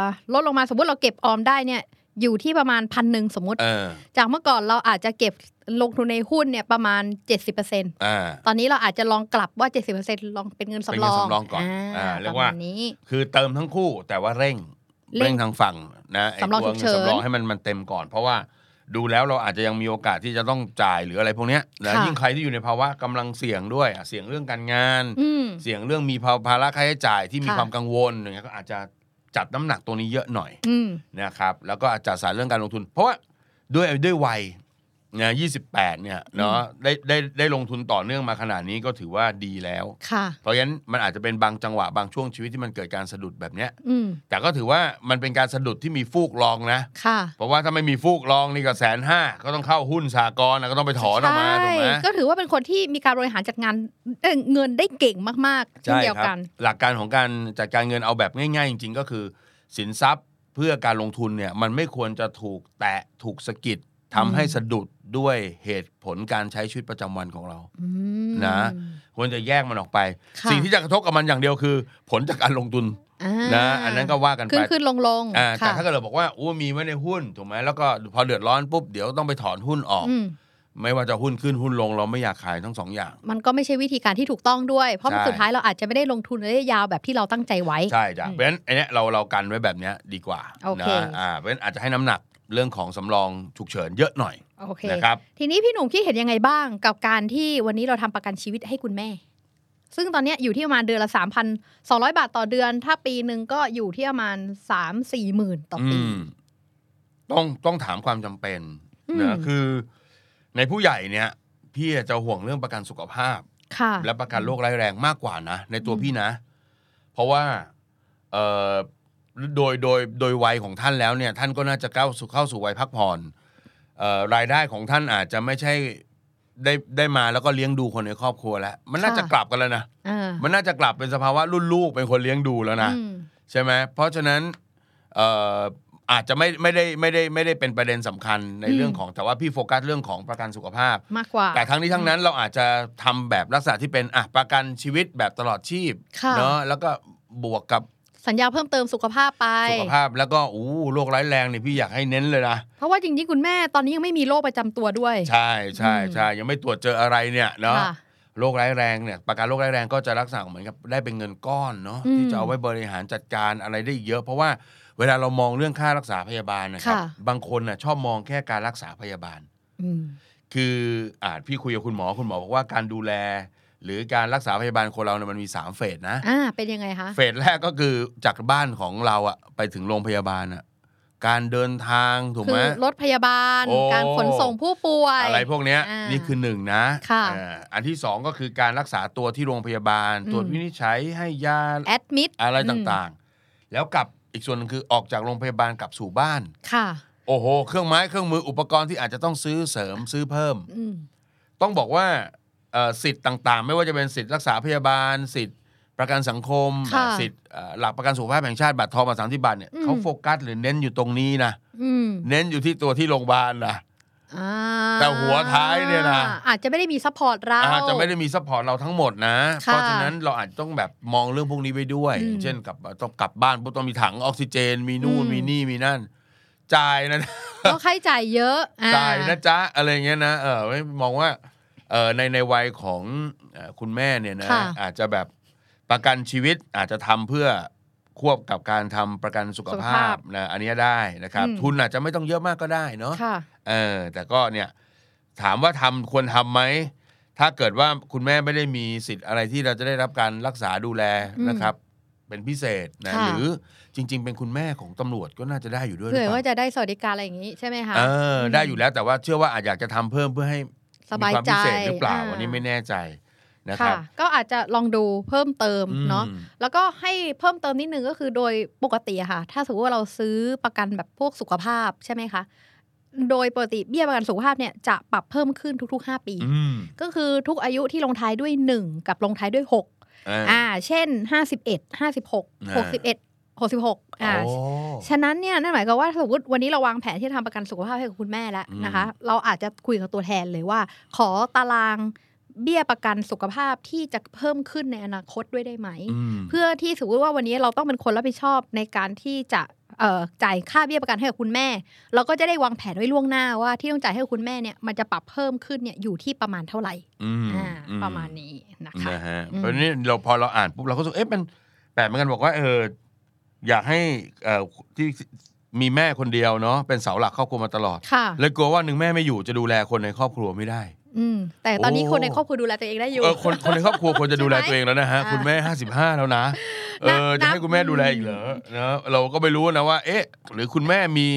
Speaker 2: อลดลงมาสมมติเราเก็บออมได้เนี่ยอยู่ที่ประมาณพันหนึ่งสมมติ
Speaker 1: เออ
Speaker 2: จากเมื่อก่อนเราอาจจะเก็บลงทุนในหุ้นเนี่ยประมาณ 70%ต
Speaker 1: อ่า
Speaker 2: อนนี้เราอาจจะลองกลับว่า 70%ลองเป็นเงินสำรอง
Speaker 1: เป็นเงินสำรองก่อนอ่าเรียกว่า
Speaker 2: ประมณนี้
Speaker 1: คือเติมทั้งคู่แต่ว่าเร่ง
Speaker 2: เร่ง
Speaker 1: เร่งทางฝั่งนะไ
Speaker 2: สำรอง
Speaker 1: ตัวเงิ
Speaker 2: ฉุกเฉิน
Speaker 1: สำรองให้มันมันเต็มก่อน เพราะว่าดูแล้วเราอาจจะยังมีโอกาสที่จะต้องจ่ายหรืออะไรพวกเนี้ยนะ
Speaker 2: ค่ะ
Speaker 1: ยิ่งใครที่อยู่ในภาวะกำลังเสี่ยงด้วยอ่ะเสี่ยงเรื่องการงาน
Speaker 2: อืม
Speaker 1: เสี่ยงเรื่องมีภาภาระค่าใช้จ่ายที่มี
Speaker 2: ค่ะ
Speaker 1: ความกังวลอย่างเงี้ยก็อาจจะจัดน้ำหนักตัวนี้เยอะหน่อย
Speaker 2: อืม
Speaker 1: นะครับแล้วก็อาจจะสารเรื่องการลงทุน เพราะว่าด้วยด้วยวัยนะยี่สิบแปดเนี่ยเนาะได้ได้ได้ลงทุนต่อเนื่องมาขนาดนี้ก็ถือว่าดีแล้ว
Speaker 2: ค่ะ
Speaker 1: เพราะงั้นมันอาจจะเป็นบางจังหวะบางช่วงชีวิตที่มันเกิดการสะดุดแบบเนี้ย
Speaker 2: อืม
Speaker 1: แต่ก็ถือว่ามันเป็นการสะดุดที่มีฟูกรองนะ
Speaker 2: ค่ะ
Speaker 1: เพราะว่าถ้าไม่มีฟูกรองนี่ก็แสนห้าก็ต้องเข้าหุ้นสากลนะก็ต้องไปถอนออกมาถูกไหม
Speaker 2: ใช่ก็ถือว่าเป็นคนที่มีการบริหารจัดงานเอ่อเงินได้เก่งมากๆเช่น
Speaker 1: ใช่
Speaker 2: เดียว
Speaker 1: ครับ
Speaker 2: กัน
Speaker 1: หลักการของการจัดการเงินเอาแบบง่าย ๆ จริง ๆ ก็คือ สินทรัพย์เพื่อการลงทุนเนี่ยมันไม่ควรจะถูกแตะถูกสะกิดทำให้สะดุดด้วยเหตุผลการใช้ชีวิตประจำวันของเรา
Speaker 2: อืม
Speaker 1: นะ ควรจะแยกมันออกไป
Speaker 2: ค่ะ
Speaker 1: สิ่งที่จะกระทบกับมันอย่างเดียวคือ ผลจากการลงทุน
Speaker 2: อ่า
Speaker 1: นะอันนั้นก็ว่ากัน
Speaker 2: ขึ้
Speaker 1: ไป
Speaker 2: นขึ้นลงลง
Speaker 1: อ่า
Speaker 2: ค่ะ
Speaker 1: แต่ถ้าเกิดเราบอกว่าอู้มีไว้ในหุ้นถูกไหมแล้วก็พอเดือดร้อนปุ๊บเดี๋ยวต้องไปถอนหุ้นออก
Speaker 2: อืม
Speaker 1: ไม่ว่าจะหุ้นขึ้นหุ้นลงเราไม่อยากขายทั้งสองอย่าง
Speaker 2: มันก็ไม่ใช่วิธีการที่ถูกต้องด้วย เพราะ
Speaker 1: ใช่
Speaker 2: สุดท้ายเราอาจจะไม่ได้ลงทุนระยะยาวแบบที่เราตั้งใจไว้
Speaker 1: ใช่จ้ะ
Speaker 2: อืม
Speaker 1: เพราะฉะนั้นไอันเนี้ยเราเรากันไว้แบบเนี้ยดีกว่า
Speaker 2: โอเค
Speaker 1: นะอ่าเพราะฉะนั้นอาจจะให้น้ำหนักเรื่องของสำรองฉุกเฉินเยอะหน่อย
Speaker 2: โอเค
Speaker 1: นะครับ
Speaker 2: ทีนี้พี่หนุ่มคิดเห็นยังไงบ้างกับการที่วันนี้เราทำประกันชีวิตให้คุณแม่ ซึ่งตอนเนี้ยอยู่ที่ประมาณเดือนละ 3,200 บาทต่อเดือน ถ้าปีหนึ่งก็อยู่ที่ประมาณ 3 4หมื่นต่อ
Speaker 1: อื
Speaker 2: ปี
Speaker 1: มต้องต้องถามความจำเป็น
Speaker 2: อืม
Speaker 1: นะคือ ในผู้ใหญ่เนี่ย พี่จะห่วงเรื่องประกันสุขภาพ
Speaker 2: ค่ะ
Speaker 1: และประกันโรคร้ายแรงมากกว่านะ ในตัว
Speaker 2: อืม
Speaker 1: พี่นะ เพราะว่าเอ่อโดยโดยโดยวัยของท่านแล้วเนี่ย ท่านก็น่าจะเข้าสู่เข้าสู่วัยพักผ่อนเอ่อรายได้ของท่านอาจจะไม่ใช่ได้ได้มาแล้วก็เลี้ยงดูคนในครอบครัวแล้ว มันน่าจะกลับกันแล้วนะ
Speaker 2: อ่า
Speaker 1: มันน่าจะกลับเป็นสภาวะรุ่นลูกเป็นคนเลี้ยงดูแล้วนะ
Speaker 2: อืม
Speaker 1: ใช่ไหมเพราะฉะนั้นเอ่ออาจจะไม่ไม่ได้ไม่ได้ไม่ได้เป็นประเด็นสำคัญใน
Speaker 2: อืม
Speaker 1: เรื่องของแต่ว่าพี่โฟกัสเรื่องของประกันสุขภาพ
Speaker 2: มากกว่า
Speaker 1: แต่ทั้งนี้ทั้งนั้นเราอาจจะทำแบบลักษณะที่เป็นอ่ะประกันชีวิตแบบตลอดชีพ
Speaker 2: ค่ะ
Speaker 1: เนาะแล้วก็บวกกับ
Speaker 2: สัญญาเพิ่มเติมสุขภาพไป
Speaker 1: สุขภาพแล้วก็อู้โรคร้ายแรงเนี่ยพี่อยากให้เน้นเลยนะ
Speaker 2: เพราะว่าจริงๆคุณแม่ตอนนี้ยังไม่มีโรคประจำตัวด้วย
Speaker 1: ใช่ใช่
Speaker 2: อืม
Speaker 1: ใช่ยังไม่ตรวจเจออะไรเนี่ยเนาะ
Speaker 2: ค่ะ
Speaker 1: โรคร้ายแรงเนี่ยประกันโรคร้ายแรงก็จะรักษาเหมือนกับได้เป็นเงินก้อนเนาะ
Speaker 2: อืม
Speaker 1: ที่จะเอาไว้บริหารจัดการอะไรได้อีกเยอะ เพราะว่าเวลาเรามองเรื่องค่ารักษาพยาบาลนะครับ
Speaker 2: ค่ะ
Speaker 1: บางคนน่ะชอบมองแค่การรักษาพยาบาล
Speaker 2: อืม
Speaker 1: คืออาจพี่คุยกับคุณหมอคุณหมอบอกว่าการดูแล หรือการรักษาพยาบาลคนเราเนี่ยมันมีสามเฟสนะ
Speaker 2: อ่า เป็นยังไงคะ
Speaker 1: เฟสแรกก็คือจากบ้านของเราอะไปถึงโรงพยาบาลอะการเดินทางถูก
Speaker 2: คื
Speaker 1: ไหม
Speaker 2: อรถพยาบาล
Speaker 1: โอ้
Speaker 2: การขนส่งผู้ป่วย
Speaker 1: อะไรพวกเนี้ย
Speaker 2: อ่านี่
Speaker 1: นี่คือหนึ่งนะ
Speaker 2: ค่ะ
Speaker 1: อ่าอันที่สองก็คือการรักษาตัวที่โรงพยาบาล
Speaker 2: อืม
Speaker 1: ตรวจวินิจฉัยให้ยา
Speaker 2: แอดมิด
Speaker 1: อะไรต่างๆ แล้วกลับอีกส่วนหนึงคือออกจากโรงพยาบาลกลับสู่บ้าน
Speaker 2: ๆค่ะ
Speaker 1: โอ้โห เครื่องไม้เครื่องมืออุปกรณ์ที่อาจจะต้องซื้อเสริมซื้อเพิ่ม
Speaker 2: อืม
Speaker 1: ต้องบอกว่าเอ่อสิทธิ์ต่างๆ ไม่ว่าจะเป็นสิทธิ์รักษาพยาบาล สิทธิ์ประกันสังคม
Speaker 2: ค่ะ
Speaker 1: สิทธิ์เอ่อหลักประกันสุขภาพแห่งชาติบัตรทองมาสามที่บาทเนี่ยเขาโฟกัสหรือเน้นอยู่ตรงนี้นะ
Speaker 2: อืม
Speaker 1: เน้นอยู่ที่ตัวที่โรงพยาบาลนะ
Speaker 2: อ่า
Speaker 1: แต่หัวท้ายเนี่ยนะ
Speaker 2: อาจจะไม่ได้มีซัพพอร์ตเรา
Speaker 1: อาจจะไม่ได้มีซัพพอร์ตเราทั้งหมดนะ
Speaker 2: ค่ะ
Speaker 1: เพราะฉะนั้นเราอาจจะต้องแบบมองเรื่องพวกนี้ไปด้วย
Speaker 2: อืม
Speaker 1: อย่างเช่นกลับต้องกลับบ้านปุ๊บต้องมีถังออกซิเจน มีนู่น
Speaker 2: อืม
Speaker 1: มีนี่มีนั่นจ่ายนะ
Speaker 2: ต้องค่าใช้จ่ายเยอะอ่
Speaker 1: จ่ายนะจ๊ะอะไรเงี้ยนะเออไม่มองว่าเออในในวัยของเอ่อคุณแม่เนี่ยนะ
Speaker 2: ค่ะ
Speaker 1: อาจจะแบบประกันชีวิตอาจจะทำเพื่อควบกับการทำประกันสุข
Speaker 2: สุข
Speaker 1: ภา
Speaker 2: ภา
Speaker 1: พ
Speaker 2: พ
Speaker 1: นะอันเนี้ยได้นะครับ
Speaker 2: อืม
Speaker 1: ทุนอาจจะไม่ต้องเยอะมากก็ได้เนาะ
Speaker 2: ค่ะ
Speaker 1: เออแต่ก็เนี่ยถามว่าทำควรทำไหม ถ้าเกิดว่าคุณแม่ไม่ได้มีสิทธิ์อะไรที่เราจะได้รับการรักษาดูแล
Speaker 2: อืม
Speaker 1: นะครับ เป็นพิเศษนะ
Speaker 2: ค่ะ
Speaker 1: หรือจริง ๆ เป็นคุณแม่ของตำรวจก็น่าจะได้อยู่ด้วยหรื
Speaker 2: เผื่อ
Speaker 1: อเป
Speaker 2: ว่า
Speaker 1: ล่า
Speaker 2: จะได้สวัสดิการอะไรอย่างนี้ใช่ไหมคะ
Speaker 1: เออได้อยู่
Speaker 2: ม
Speaker 1: แล้วแต่ว่าเชื่อว่าอาจอยากจะทำเพิ่มเพื่อให้
Speaker 2: ส
Speaker 1: มี
Speaker 2: บาย
Speaker 1: ความ
Speaker 2: ใจ
Speaker 1: พิเศษหรือเปล่า
Speaker 2: า
Speaker 1: อันนี้ไม่แน่ใจนะค
Speaker 2: ค่ะ
Speaker 1: รับ
Speaker 2: ก็อาจจะลองดูเพิ่มเติม
Speaker 1: อืม
Speaker 2: เนาะ แล้วก็ให้เพิ่มเติมนิดนึงก็คือโดยปกติอะค่ะ ถ้าสมมติว่าเราซื้อประกันแบบพวกสุขภาพใช่ไหมคะ โดยปกติเบี้ยประกันสุขภาพเนี่ยจะปรับเพิ่มขึ้นทุก ๆ 5 ปี
Speaker 1: อืม
Speaker 2: ก็คือทุกอายุที่ลงท้ายด้วย 1 กับลงท้ายด้วย 6
Speaker 1: เอออ
Speaker 2: อ่า เช่น 51 56
Speaker 1: อ่า
Speaker 2: 61 66อ่า
Speaker 1: โอ้
Speaker 2: ฉะนั้นเนี่ยนั่นหมายความว่าสมมติวันนี้เราวางแผนที่จะทำประกันสุขภาพให้กับคุณแม่แล้ว
Speaker 1: อืม
Speaker 2: นะคะ เราอาจจะคุยกับตัวแทนเลยว่า ขอตารางเบี้ยประกันสุขภาพที่จะเพิ่มขึ้นในอนาคตด้วยได้ไหม
Speaker 1: ม
Speaker 2: เพื่อที่สมมติว่าวันนี้เราต้องเป็นคนรับผิดชอบในการที่จะเอ่อจ่ายค่าเบี้ยประกันให้กับคุณแม่ เราก็จะได้วางแผนไว้ล่วงหน้าว่าที่ต้องจ่ายให้กับคุณแม่เนี่ยมันจะปรับเพิ่มขึ้นเนี่ยอยู่ที่ประมาณเท่าไหร่
Speaker 1: อืม
Speaker 2: อ่า
Speaker 1: อื
Speaker 2: ประมาณนี้นะคะ
Speaker 1: นะฮะ
Speaker 2: อืม
Speaker 1: เพราะฉะนี้เราพอเราอ่านปุ๊บเราก็รู้สึกเอ๊ะมันแปลกเหมือนกันบอกว่าเอออยากให้เอ่อที่มีแม่คนเดียวเนาะเป็นเสาหลักครอบครัวมาตลอด
Speaker 2: ค่ะ
Speaker 1: เลยกลัวว่าหนึ่งแม่ไม่อยู่จะดูแลคนในครอบครัวไม่ได้
Speaker 2: อืมแต่ตอนนี้
Speaker 1: โอ้
Speaker 2: คนในครอบครัวดูแลตัวเองได้อยู่
Speaker 1: เออคนคนในครอบครัวควรจะดูแลตัว
Speaker 2: ใช่ไหม
Speaker 1: เองแล้วนะฮะ
Speaker 2: อ่า
Speaker 1: คุณแม่ห้าสิบห้าแล้วนะเออ
Speaker 2: นับ
Speaker 1: จะให้คุณแม่ดูแลอีกเหรอนะเราก็ไม่รู้นะว่า เอ๊ะ หรือคุณแม่มี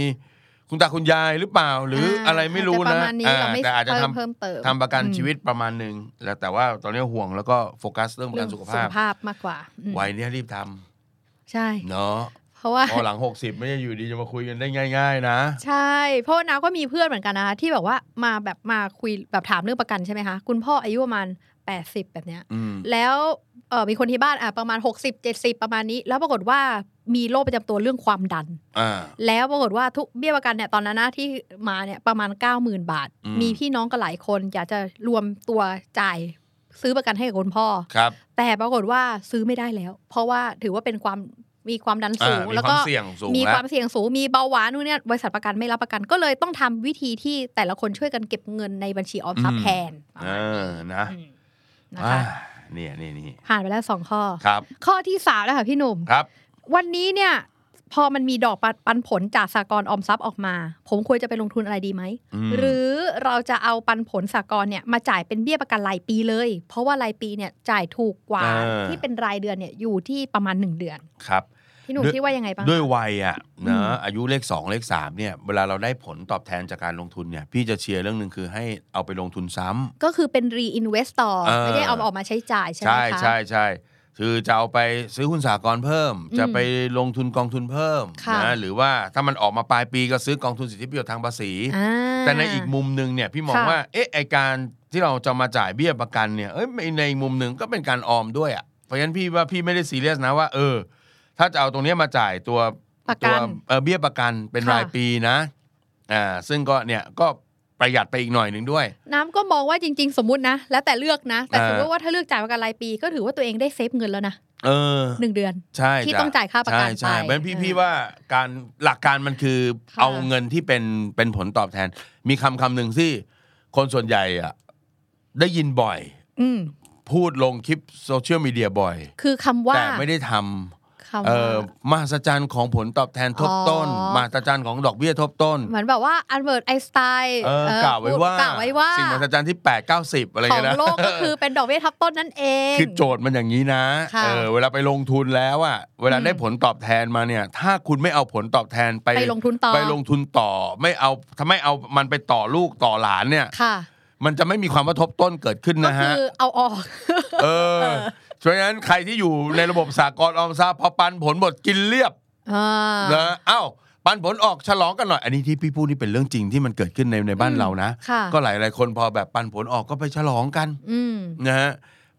Speaker 1: คุณตาคุณยายหรือเปล่า หรืออาอะไรไม่รู้
Speaker 2: อาจจป
Speaker 1: นะ
Speaker 2: ระมาณนี้
Speaker 1: อ่า
Speaker 2: เราไม่
Speaker 1: แต่อาจจะทำ
Speaker 2: เพิ่มเติม
Speaker 1: ทำประกัน
Speaker 2: อืม
Speaker 1: ชีวิตประมาณหนึ่งแล้วแต่ว่าตอนนี้ห่วงแล้วก็โฟกัสเรื่องประกันสุขภาพ
Speaker 2: มากกว่าอืม
Speaker 1: วัยเนี้ยรีบท
Speaker 2: ใช่
Speaker 1: ำเนาะ
Speaker 2: เพราะว่า
Speaker 1: พอหลัง 60 ไม่ได้อยู่ดีจะมาคุยกันได้ง่าย ๆ นะ
Speaker 2: ใช่ เพราะว่าน้าก็มีเพื่อนเหมือนกันนะคะที่แบบว่ามาแบบมาคุยแบบถามเรื่องประกันใช่ไหมคะ คุณพ่ออายุประมาณ 80 แบบเนี้ย
Speaker 1: อืม
Speaker 2: แล้วเอ่อมีคนที่บ้านอ่ะประมาณ 60 70 ประมาณนี้ แล้วปรากฏว่ามีโรคประจำตัวเรื่องความดัน
Speaker 1: อ่า
Speaker 2: แล้วปรากฏว่าทุกเบี้ยประกันเนี่ยตอนนั้นนะที่มาเนี่ยประมาณ 90,000 บาท
Speaker 1: อืม
Speaker 2: มีพี่น้องกันหลายคนอยากจะรวมตัวจ่ายซื้อประกันให้กับคุณพ่อ
Speaker 1: ครับ
Speaker 2: แต่ปรากฏว่าซื้อไม่ได้แล้ว เพราะว่าถือว่าเป็นความมีความดันสู
Speaker 1: อ่าง มี
Speaker 2: แล้ว
Speaker 1: ควา
Speaker 2: ก็
Speaker 1: มเสี่ยงสูง
Speaker 2: มี
Speaker 1: แล้
Speaker 2: คว วามเสี่ยงสูงมีเบาหวานนู่นเนี่ยบริษัทประกันไม่รับประกันก็เลยต้องทำวิธีที่แต่ละคนช่วยกันเก็บเงินในบัญชีออมทรัพ
Speaker 1: อืม
Speaker 2: ย์แทนประ
Speaker 1: เอ
Speaker 2: มา
Speaker 1: อ
Speaker 2: ณนี้
Speaker 1: นะ
Speaker 2: อืมนะ
Speaker 1: อ่า
Speaker 2: คะ
Speaker 1: เนี่ยนี่นี่
Speaker 2: ผ่านไปแล้วสองข้อ
Speaker 1: ครับ
Speaker 2: ข้อที่สามแล้วค่ะพี่หนุ่ม
Speaker 1: ครับ
Speaker 2: วันนี้เนี่ย พอมันมีดอกปันปันผลจากสากลออมทรัพย์ออกมา ผมควรจะไปลงทุนอะไรดีไหม
Speaker 1: อืม
Speaker 2: หรือเราจะเอาปันผลสากลเนี่ยมาจ่ายเป็นเบี้ยประกันรายปีเลย เพราะว่ารายปีเนี่ยจ่ายถูกกว่า
Speaker 1: อ่า
Speaker 2: ที่เป็นรายเดือนเนี่ยอยู่ที่ประมาณ 1 เดือน
Speaker 1: ครับ
Speaker 2: พี่หนุ่ม
Speaker 1: ด้วย
Speaker 2: คิดว่ายังไงบ้าง
Speaker 1: ด้วยวัยอ่ะ
Speaker 2: อื
Speaker 1: นะ
Speaker 2: ม
Speaker 1: อายุเลข 2 เลข 3 เนี่ย เวลาเราได้ผลตอบแทนจากการลงทุนเนี่ย พี่จะเชียร์เรื่องหนึ่งคือให้เอาไปลงทุนซ้ำ
Speaker 2: ก็คือเป็น reinvest ต่อ
Speaker 1: เออ
Speaker 2: ไม่ได้เอาออกมาใช้จ่ายใช่ไหม
Speaker 1: ใช่
Speaker 2: คะ
Speaker 1: ใช่ใช่คือจะเอาไปซื้อหุ้นสากลเพิ่ม
Speaker 2: อืม
Speaker 1: จะไปลงทุนกองทุนเพิ่ม
Speaker 2: ค่ะ
Speaker 1: นะหรือว่าถ้ามันออกมาปลายปีก็ซื้อกองทุนสิทธิประโยชน์ทางภาษี
Speaker 2: อ่า
Speaker 1: แต่ในอีกมุมหนึ่งเนี่ยพี่มอง
Speaker 2: ค่ะ
Speaker 1: ว่าเอ๊ะไอการที่เราจะมาจ่ายเบี้ยประกันเนี่ยเอ้ยในอีกมุมหนึ่งก็เป็นการออมด้วยอะ่ะเพราะฉะนั้นพี่ว่าพี่ไม่ได้ซีเรียสนะว่า เออ ถ้าจะเอาตรงเนี้ยมาจ่ายตัว
Speaker 2: ประ
Speaker 1: ตั
Speaker 2: กั
Speaker 1: วน เอ่อเบี้ยประกันเป็น
Speaker 2: ค่ะ
Speaker 1: รายปีนะอ่าซึ่งก็เนี่ยก็ประหยัดไปอีกหน่อยหนึ่งด้วย
Speaker 2: น้ำก็มองว่าจริง ๆ สมมตินะ แล้วแต่เลือกนะ แต่
Speaker 1: อ่า
Speaker 2: สมมติว่าถ้าเลือกจ่ายประกันรายปี ก็ถือว่าตัวเองได้เซฟเงินแล้วนะ
Speaker 1: เออ
Speaker 2: หนึ่งเดือน
Speaker 1: ใช่
Speaker 2: ที่
Speaker 1: จ้ะ
Speaker 2: ต้องจ่ายค่าประกัน
Speaker 1: ใช่
Speaker 2: ไป
Speaker 1: ใช่เพราะฉะนั้นพี่
Speaker 2: เออ
Speaker 1: พี่ว่าการหลักการมันคือ
Speaker 2: ค่ะ
Speaker 1: เอาเงินที่เป็นเป็นผลตอบแทน มีคำคำหนึ่งที่คนส่วนใหญ่อะได้ยินบ่อย
Speaker 2: อืม
Speaker 1: พูดลงคลิปโซเชียลมีเดียบ่อย
Speaker 2: คือคำว่า
Speaker 1: แต่ไม่ได้ท
Speaker 2: คำ
Speaker 1: ำ
Speaker 2: ว่า
Speaker 1: เอ่อมหัศจรรย์ของผลตอบแทนทบต้น
Speaker 2: อ๋อ
Speaker 1: มหัศจรรย์ของดอกเบี้ยทบต้น
Speaker 2: เหมือนแบบว่าอันเบิร์ตไอสไตล์
Speaker 1: เออกล่าวไว้ว่า
Speaker 2: กล่าวไว้ว่า
Speaker 1: สิ่งมหัศจรรย์ที่8 90 อะไรอ
Speaker 2: ขอย่าง ง
Speaker 1: เงี้ยนะ
Speaker 2: โลกก็คือเป็นดอกเบี้ยทับต้นนั่นเอง
Speaker 1: คือโจทย์มันอย่างนี้นะ
Speaker 2: ค่ะ
Speaker 1: เออเวลาไปลงทุนแล้วอะเวลา
Speaker 2: อืม
Speaker 1: ได้ผลตอบแทนมาเนี่ย ถ้าคุณไม่เอาผลตอบแทนไป
Speaker 2: ไปลงทุนต่อ
Speaker 1: ไปลงทุนต่อไม่เอาทำไมเอามันไปต่อลูกต่อหลานเนี่ย
Speaker 2: ค่ะ
Speaker 1: มันจะไม่มีความกระทบต้นเกิดขึ้น
Speaker 2: ก็
Speaker 1: นะ
Speaker 2: คื
Speaker 1: ฮะ
Speaker 2: อเอาออก
Speaker 1: เออเพราะฉะนั้นใครที่อยู่ในระบบสากลออมทรัพย์พอปันผลบทกินเรียบ
Speaker 2: อ่า
Speaker 1: นะเอ้า ปันผลออกฉลองกันหน่อย อันนี้ที่พี่พูดนี่เป็นเรื่องจริงที่มันเกิดขึ้นในในบ้าน
Speaker 2: อืม
Speaker 1: เรานะ
Speaker 2: ค่ะ
Speaker 1: ก็หลายหลายๆคนพอแบบปันผลออกก็ไปฉลองกัน
Speaker 2: อืม
Speaker 1: นะฮะ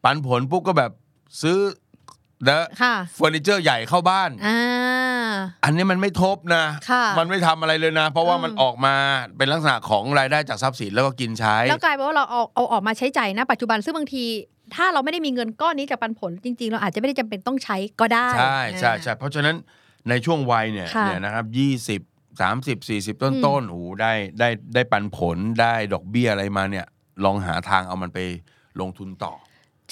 Speaker 1: ปันผลปุ๊บก็แบบซื้อนะ
Speaker 2: ค่ะ
Speaker 1: เฟอร์นิเจอร์ใหญ่เข้าบ้าน
Speaker 2: อ่า
Speaker 1: อันนี้มันไม่ทบนะ
Speaker 2: ค่ะ
Speaker 1: มันไม่ทำอะไรเลยนะ เพราะว่า
Speaker 2: อืม
Speaker 1: มันออกมาเป็นลักษณะของรายได้จากทรัพย์สินแล้วก็กินใช้
Speaker 2: แล้วกลายเป็นว่าเราเอาเอาออกมาใช้จ่ายนะ ปัจจุบันซึ่งบางที ถ้าเราไม่ได้มีเงินก้อนนี้จากปันผลจริง ๆ เราอาจจะไม่ได้จำเป็นต้องใช้ก็ได้
Speaker 1: ใช่ใช่ใช่เพราะฉะนั้นในช่วงวัยเนี่ย
Speaker 2: ค่ะ
Speaker 1: เนี่ยนะครับยี่สิบสามสิบสี่สิบต้นต้นๆโอ้โหได้ได้ได้ปันผลได้ดอกเบี้ยอะไรมาเนี่ย ลองหาทางเอามันไปลงทุนต่อ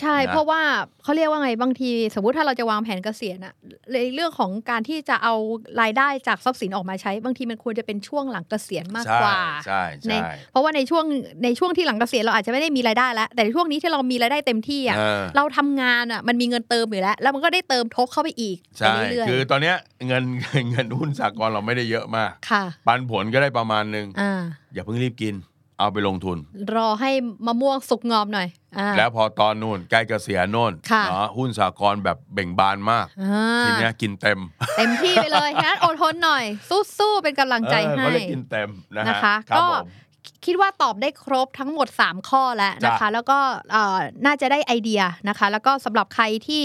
Speaker 2: ใช่
Speaker 1: นะ
Speaker 2: เพราะว่าเขาเรียกว่าไงบางที สมมติถ้าเราจะวางแผนเกษียณอะในเรื่องของการที่จะเอารายได้จากทรัพย์สินออกมาใช้ บางทีมันควรจะเป็นช่วงหลังเกษียณมากกว่า
Speaker 1: ใช่ใช่ใช่
Speaker 2: นเพราะว่าในช่วงในช่วงที่หลังเกษียณเราอาจจะไม่ได้มีรายได้แล้ว แต่ในช่วงนี้ที่เรามีรายได้เต็มที่อะ
Speaker 1: เออ
Speaker 2: เราทำงานอะมันมีเงินเติมอยู่แล้ว แล้วมันก็ได้เติมทบเข้าไปอีก
Speaker 1: ใช่
Speaker 2: ไปเรื่อย
Speaker 1: คือตอนเนี้ยเงิน (laughs) เงินหุ้นสากลเราไม่ได้เยอะมาก
Speaker 2: ๆค่ะ
Speaker 1: ปันผลก็ได้ประมาณหนึ่ง
Speaker 2: อ่า
Speaker 1: อย่าเพิ่งรีบกิน เอาไปลงทุน
Speaker 2: รอให้มะม่วงสุกงอมหน่อยอ่า
Speaker 1: แล้วพอตอนนู่นใกล้เกษียณโน่น
Speaker 2: ค่ะ
Speaker 1: เนาะหุ้นสากลแบบเบ่งบานมาก
Speaker 2: อ่า
Speaker 1: ทีเนี้ยกินเต็ม
Speaker 2: เต็มที่ไปเลย (laughs) งั้นอดทนหน่อย สู้ๆเป็นกำลังใจ
Speaker 1: เออ
Speaker 2: ให้
Speaker 1: เขาเรียกกินเต็มนะฮ
Speaker 2: นะคะ
Speaker 1: รับ
Speaker 2: ก็
Speaker 1: ผม
Speaker 2: คิดว่าตอบได้ครบทั้งหมด 3 ข้อแล้วนะคะ
Speaker 1: จ้ะ
Speaker 2: แล้วก็เอ่อน่าจะได้ไอเดียนะคะ แล้วก็สำหรับใครที่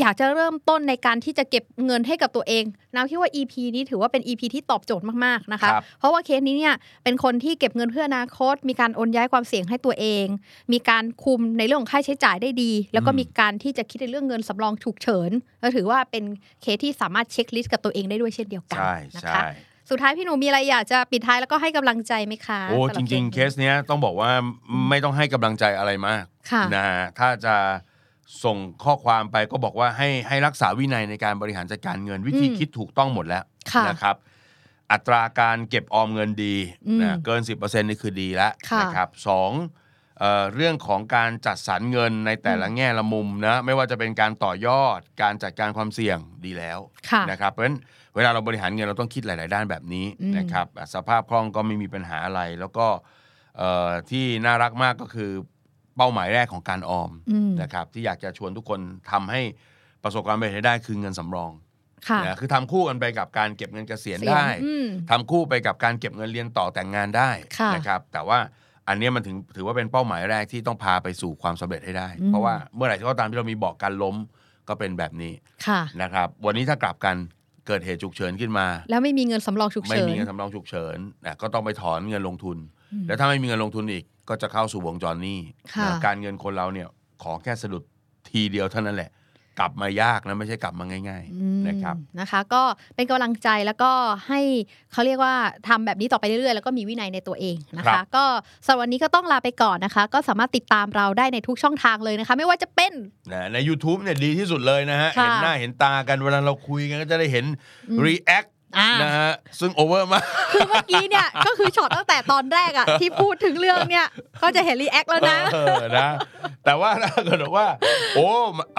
Speaker 2: อยากจะเริ่มต้นในการที่จะเก็บเงินให้กับตัวเองน้ำคิดว่า EP นี้ถือว่าเป็น EP ที่ตอบโจทย์มากๆนะคะ
Speaker 1: ครับ
Speaker 2: เพราะว่าเคสนี้เนี่ยเป็นคนที่เก็บเงินเพื่ออนาคต มีการโอนย้ายความเสี่ยงให้ตัวเอง มีการคุมในเรื่องของค่าใช้จ่ายได้ดี แล้วก็
Speaker 1: อืม
Speaker 2: มีการที่จะคิดในเรื่องเงินสำรองฉุกเฉินก็ถือว่าเป็นเคสที่สามารถเช็คลิสต์กับตัวเองได้ด้วยเช่นเดียวกัน
Speaker 1: ใช่
Speaker 2: นะคะ
Speaker 1: ใช่
Speaker 2: สุดท้ายพี่หนูมีอะไรอยากจะปิดท้ายแล้วก็ให้กำลังใจไหมคะ
Speaker 1: โอ้
Speaker 2: สำหบ
Speaker 1: จริง ๆ เคสเนี้ยต้องบอกว่าไม่ต้องให้กำลังใจอะไรมาก
Speaker 2: ค่ะ
Speaker 1: นะฮะถ้าจะส่งข้อความไปก็บอกว่าให้ให้รักษาวินัยในการบริหารจัดการเงินวิธี
Speaker 2: อืม
Speaker 1: คิดถูกต้องหมดแล้ว
Speaker 2: ค่ะ
Speaker 1: นะครับ อัตราการเก็บออมเงินดี
Speaker 2: อืม
Speaker 1: นะเกิน 10%นี่คือดีแล้ว
Speaker 2: ค่ะ
Speaker 1: นะครับสองเอ่อเรื่องของการจัดสรรเงินในแต่ละ
Speaker 2: อืม
Speaker 1: แง่ละมุมนะไม่ว่าจะเป็นการต่อยอดการจัดการความเสี่ยงดีแล้ว
Speaker 2: ค่ะ
Speaker 1: นะครับเพราะฉะนั้นเวลาเราบริหารเงินเราต้องคิดหลาย ๆ ด้านแบบนี้
Speaker 2: อืม
Speaker 1: นะครับอ่ะสภาพคล่องก็ไม่มีปัญหาอะไร แล้วก็เอ่อที่น่ารักมากก็คือเป้าหมายแรกของการออม
Speaker 2: อืม
Speaker 1: นะครับที่อยากจะชวนทุกคนทำให้ประสบความสำเร็จให้ได้คือเงินสำรอง
Speaker 2: ค่ะ
Speaker 1: นะคือทำคู่กันไปกับการเก็บเงินเกษียณ
Speaker 2: เสียง
Speaker 1: ได้
Speaker 2: อืม
Speaker 1: ทำคู่ไปกับการเก็บเงินเรียนต่อแต่งงานได้
Speaker 2: ค่ะ
Speaker 1: นะครับแต่ว่าอันเนี้ยมันถึงถือว่าเป็นเป้าหมายแรกที่ต้องพาไปสู่ความสำเร็จให้ได้
Speaker 2: อืม
Speaker 1: เพราะว่าเมื่อไหร่ก็ตามที่เรามีบอกการล้มก็เป็นแบบนี้
Speaker 2: ค่ะ
Speaker 1: นะครับวันนี้ถ้ากลับกันเกิดเหตุฉุกเฉินขึ้นมา
Speaker 2: แล้วไม่มีเงินสำรองฉุก
Speaker 1: ไม่
Speaker 2: เฉิน
Speaker 1: มีเงินสำรองฉุกเฉินนะก็ต้องไปถอนเงินลงทุน
Speaker 2: อืม
Speaker 1: แล้วถ้าไม่มีเงินลงทุนอีกก็จะเข้าสู่วงจรหนี้
Speaker 2: ค่ะ
Speaker 1: นะการเงินคนเราเนี่ยขอแค่สะดุดทีเดียวเท่านั้นแหละ กลับมายากนะไม่ใช่กลับมาง่าย
Speaker 2: อืม
Speaker 1: นะครับ
Speaker 2: นะคะก็เป็นกำลังใจแล้วก็ให้เขาเรียกว่าทำแบบนี้ต่อไปเรื่อยๆ แล้วก็มีวินัยในตัวเองนะ
Speaker 1: ครั
Speaker 2: คะ
Speaker 1: บ
Speaker 2: ก็สำหรับวันนี้ก็ต้องลาไปก่อนนะคะ ก็สามารถติดตามเราได้ในทุกช่องทางเลยนะคะ ไม่ว่าจะเป็น
Speaker 1: ๆนะใน u t u b e เนี่ยดีที่สุดเลยนะฮะเห็
Speaker 2: ค่ะ
Speaker 1: นหน้าเห็นตากันเวลาเราคุยกันก็จะได้เห็น
Speaker 2: อืม
Speaker 1: react
Speaker 2: อ่า
Speaker 1: นะฮะซึ่งโอเวอร์มาก
Speaker 2: คือเมื่อกี้เนี่ย ก็คือช็อตตั้งแต่ตอนแรกอะที่พูดถึงเรื่องเนี่ยก็จะเห็นรีแอคแล้วนะ
Speaker 1: เออนะ แต่ว่าถ้าเกิดว่า โอ้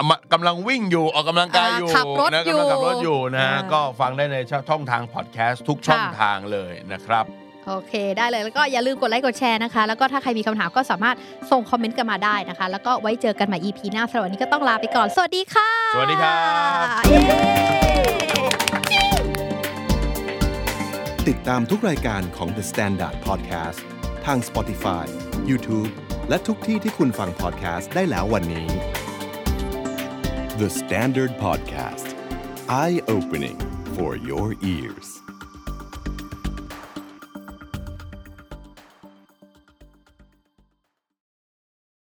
Speaker 1: มากำลังวิ่งอยู่ออกกำลังกายอยู่
Speaker 2: อ่าขับรถ
Speaker 1: นะ
Speaker 2: อยู่
Speaker 1: กำลังขับรถอยู่นะ
Speaker 2: อ่า
Speaker 1: ก็ฟังได้ในช่องทางพอดแคสต์ทุกช่อง
Speaker 2: ค่ะ
Speaker 1: ทางเลยนะครับ
Speaker 2: โอเค ได้เลยแล้วก็อย่าลืมกดไลค์กดแชร์นะคะ แล้วก็ถ้าใครมีคำถามก็สามารถส่งคอมเมนต์กันมาได้นะคะ แล้วก็ไว้เจอกันใหม่ EP หน้าสำหรับวันนี้ก็ต้องลาไปก่อน สวัสดีค่ะ
Speaker 1: สวัสดีครับ
Speaker 2: เย้
Speaker 3: ติดตามทุกรายการของ The Standard Podcast ทาง Spotify, YouTube และทุกที่ที่คุณฟัง podcast ได้แล้ววันนี้ The Standard Podcast Eye Opening for Your Ears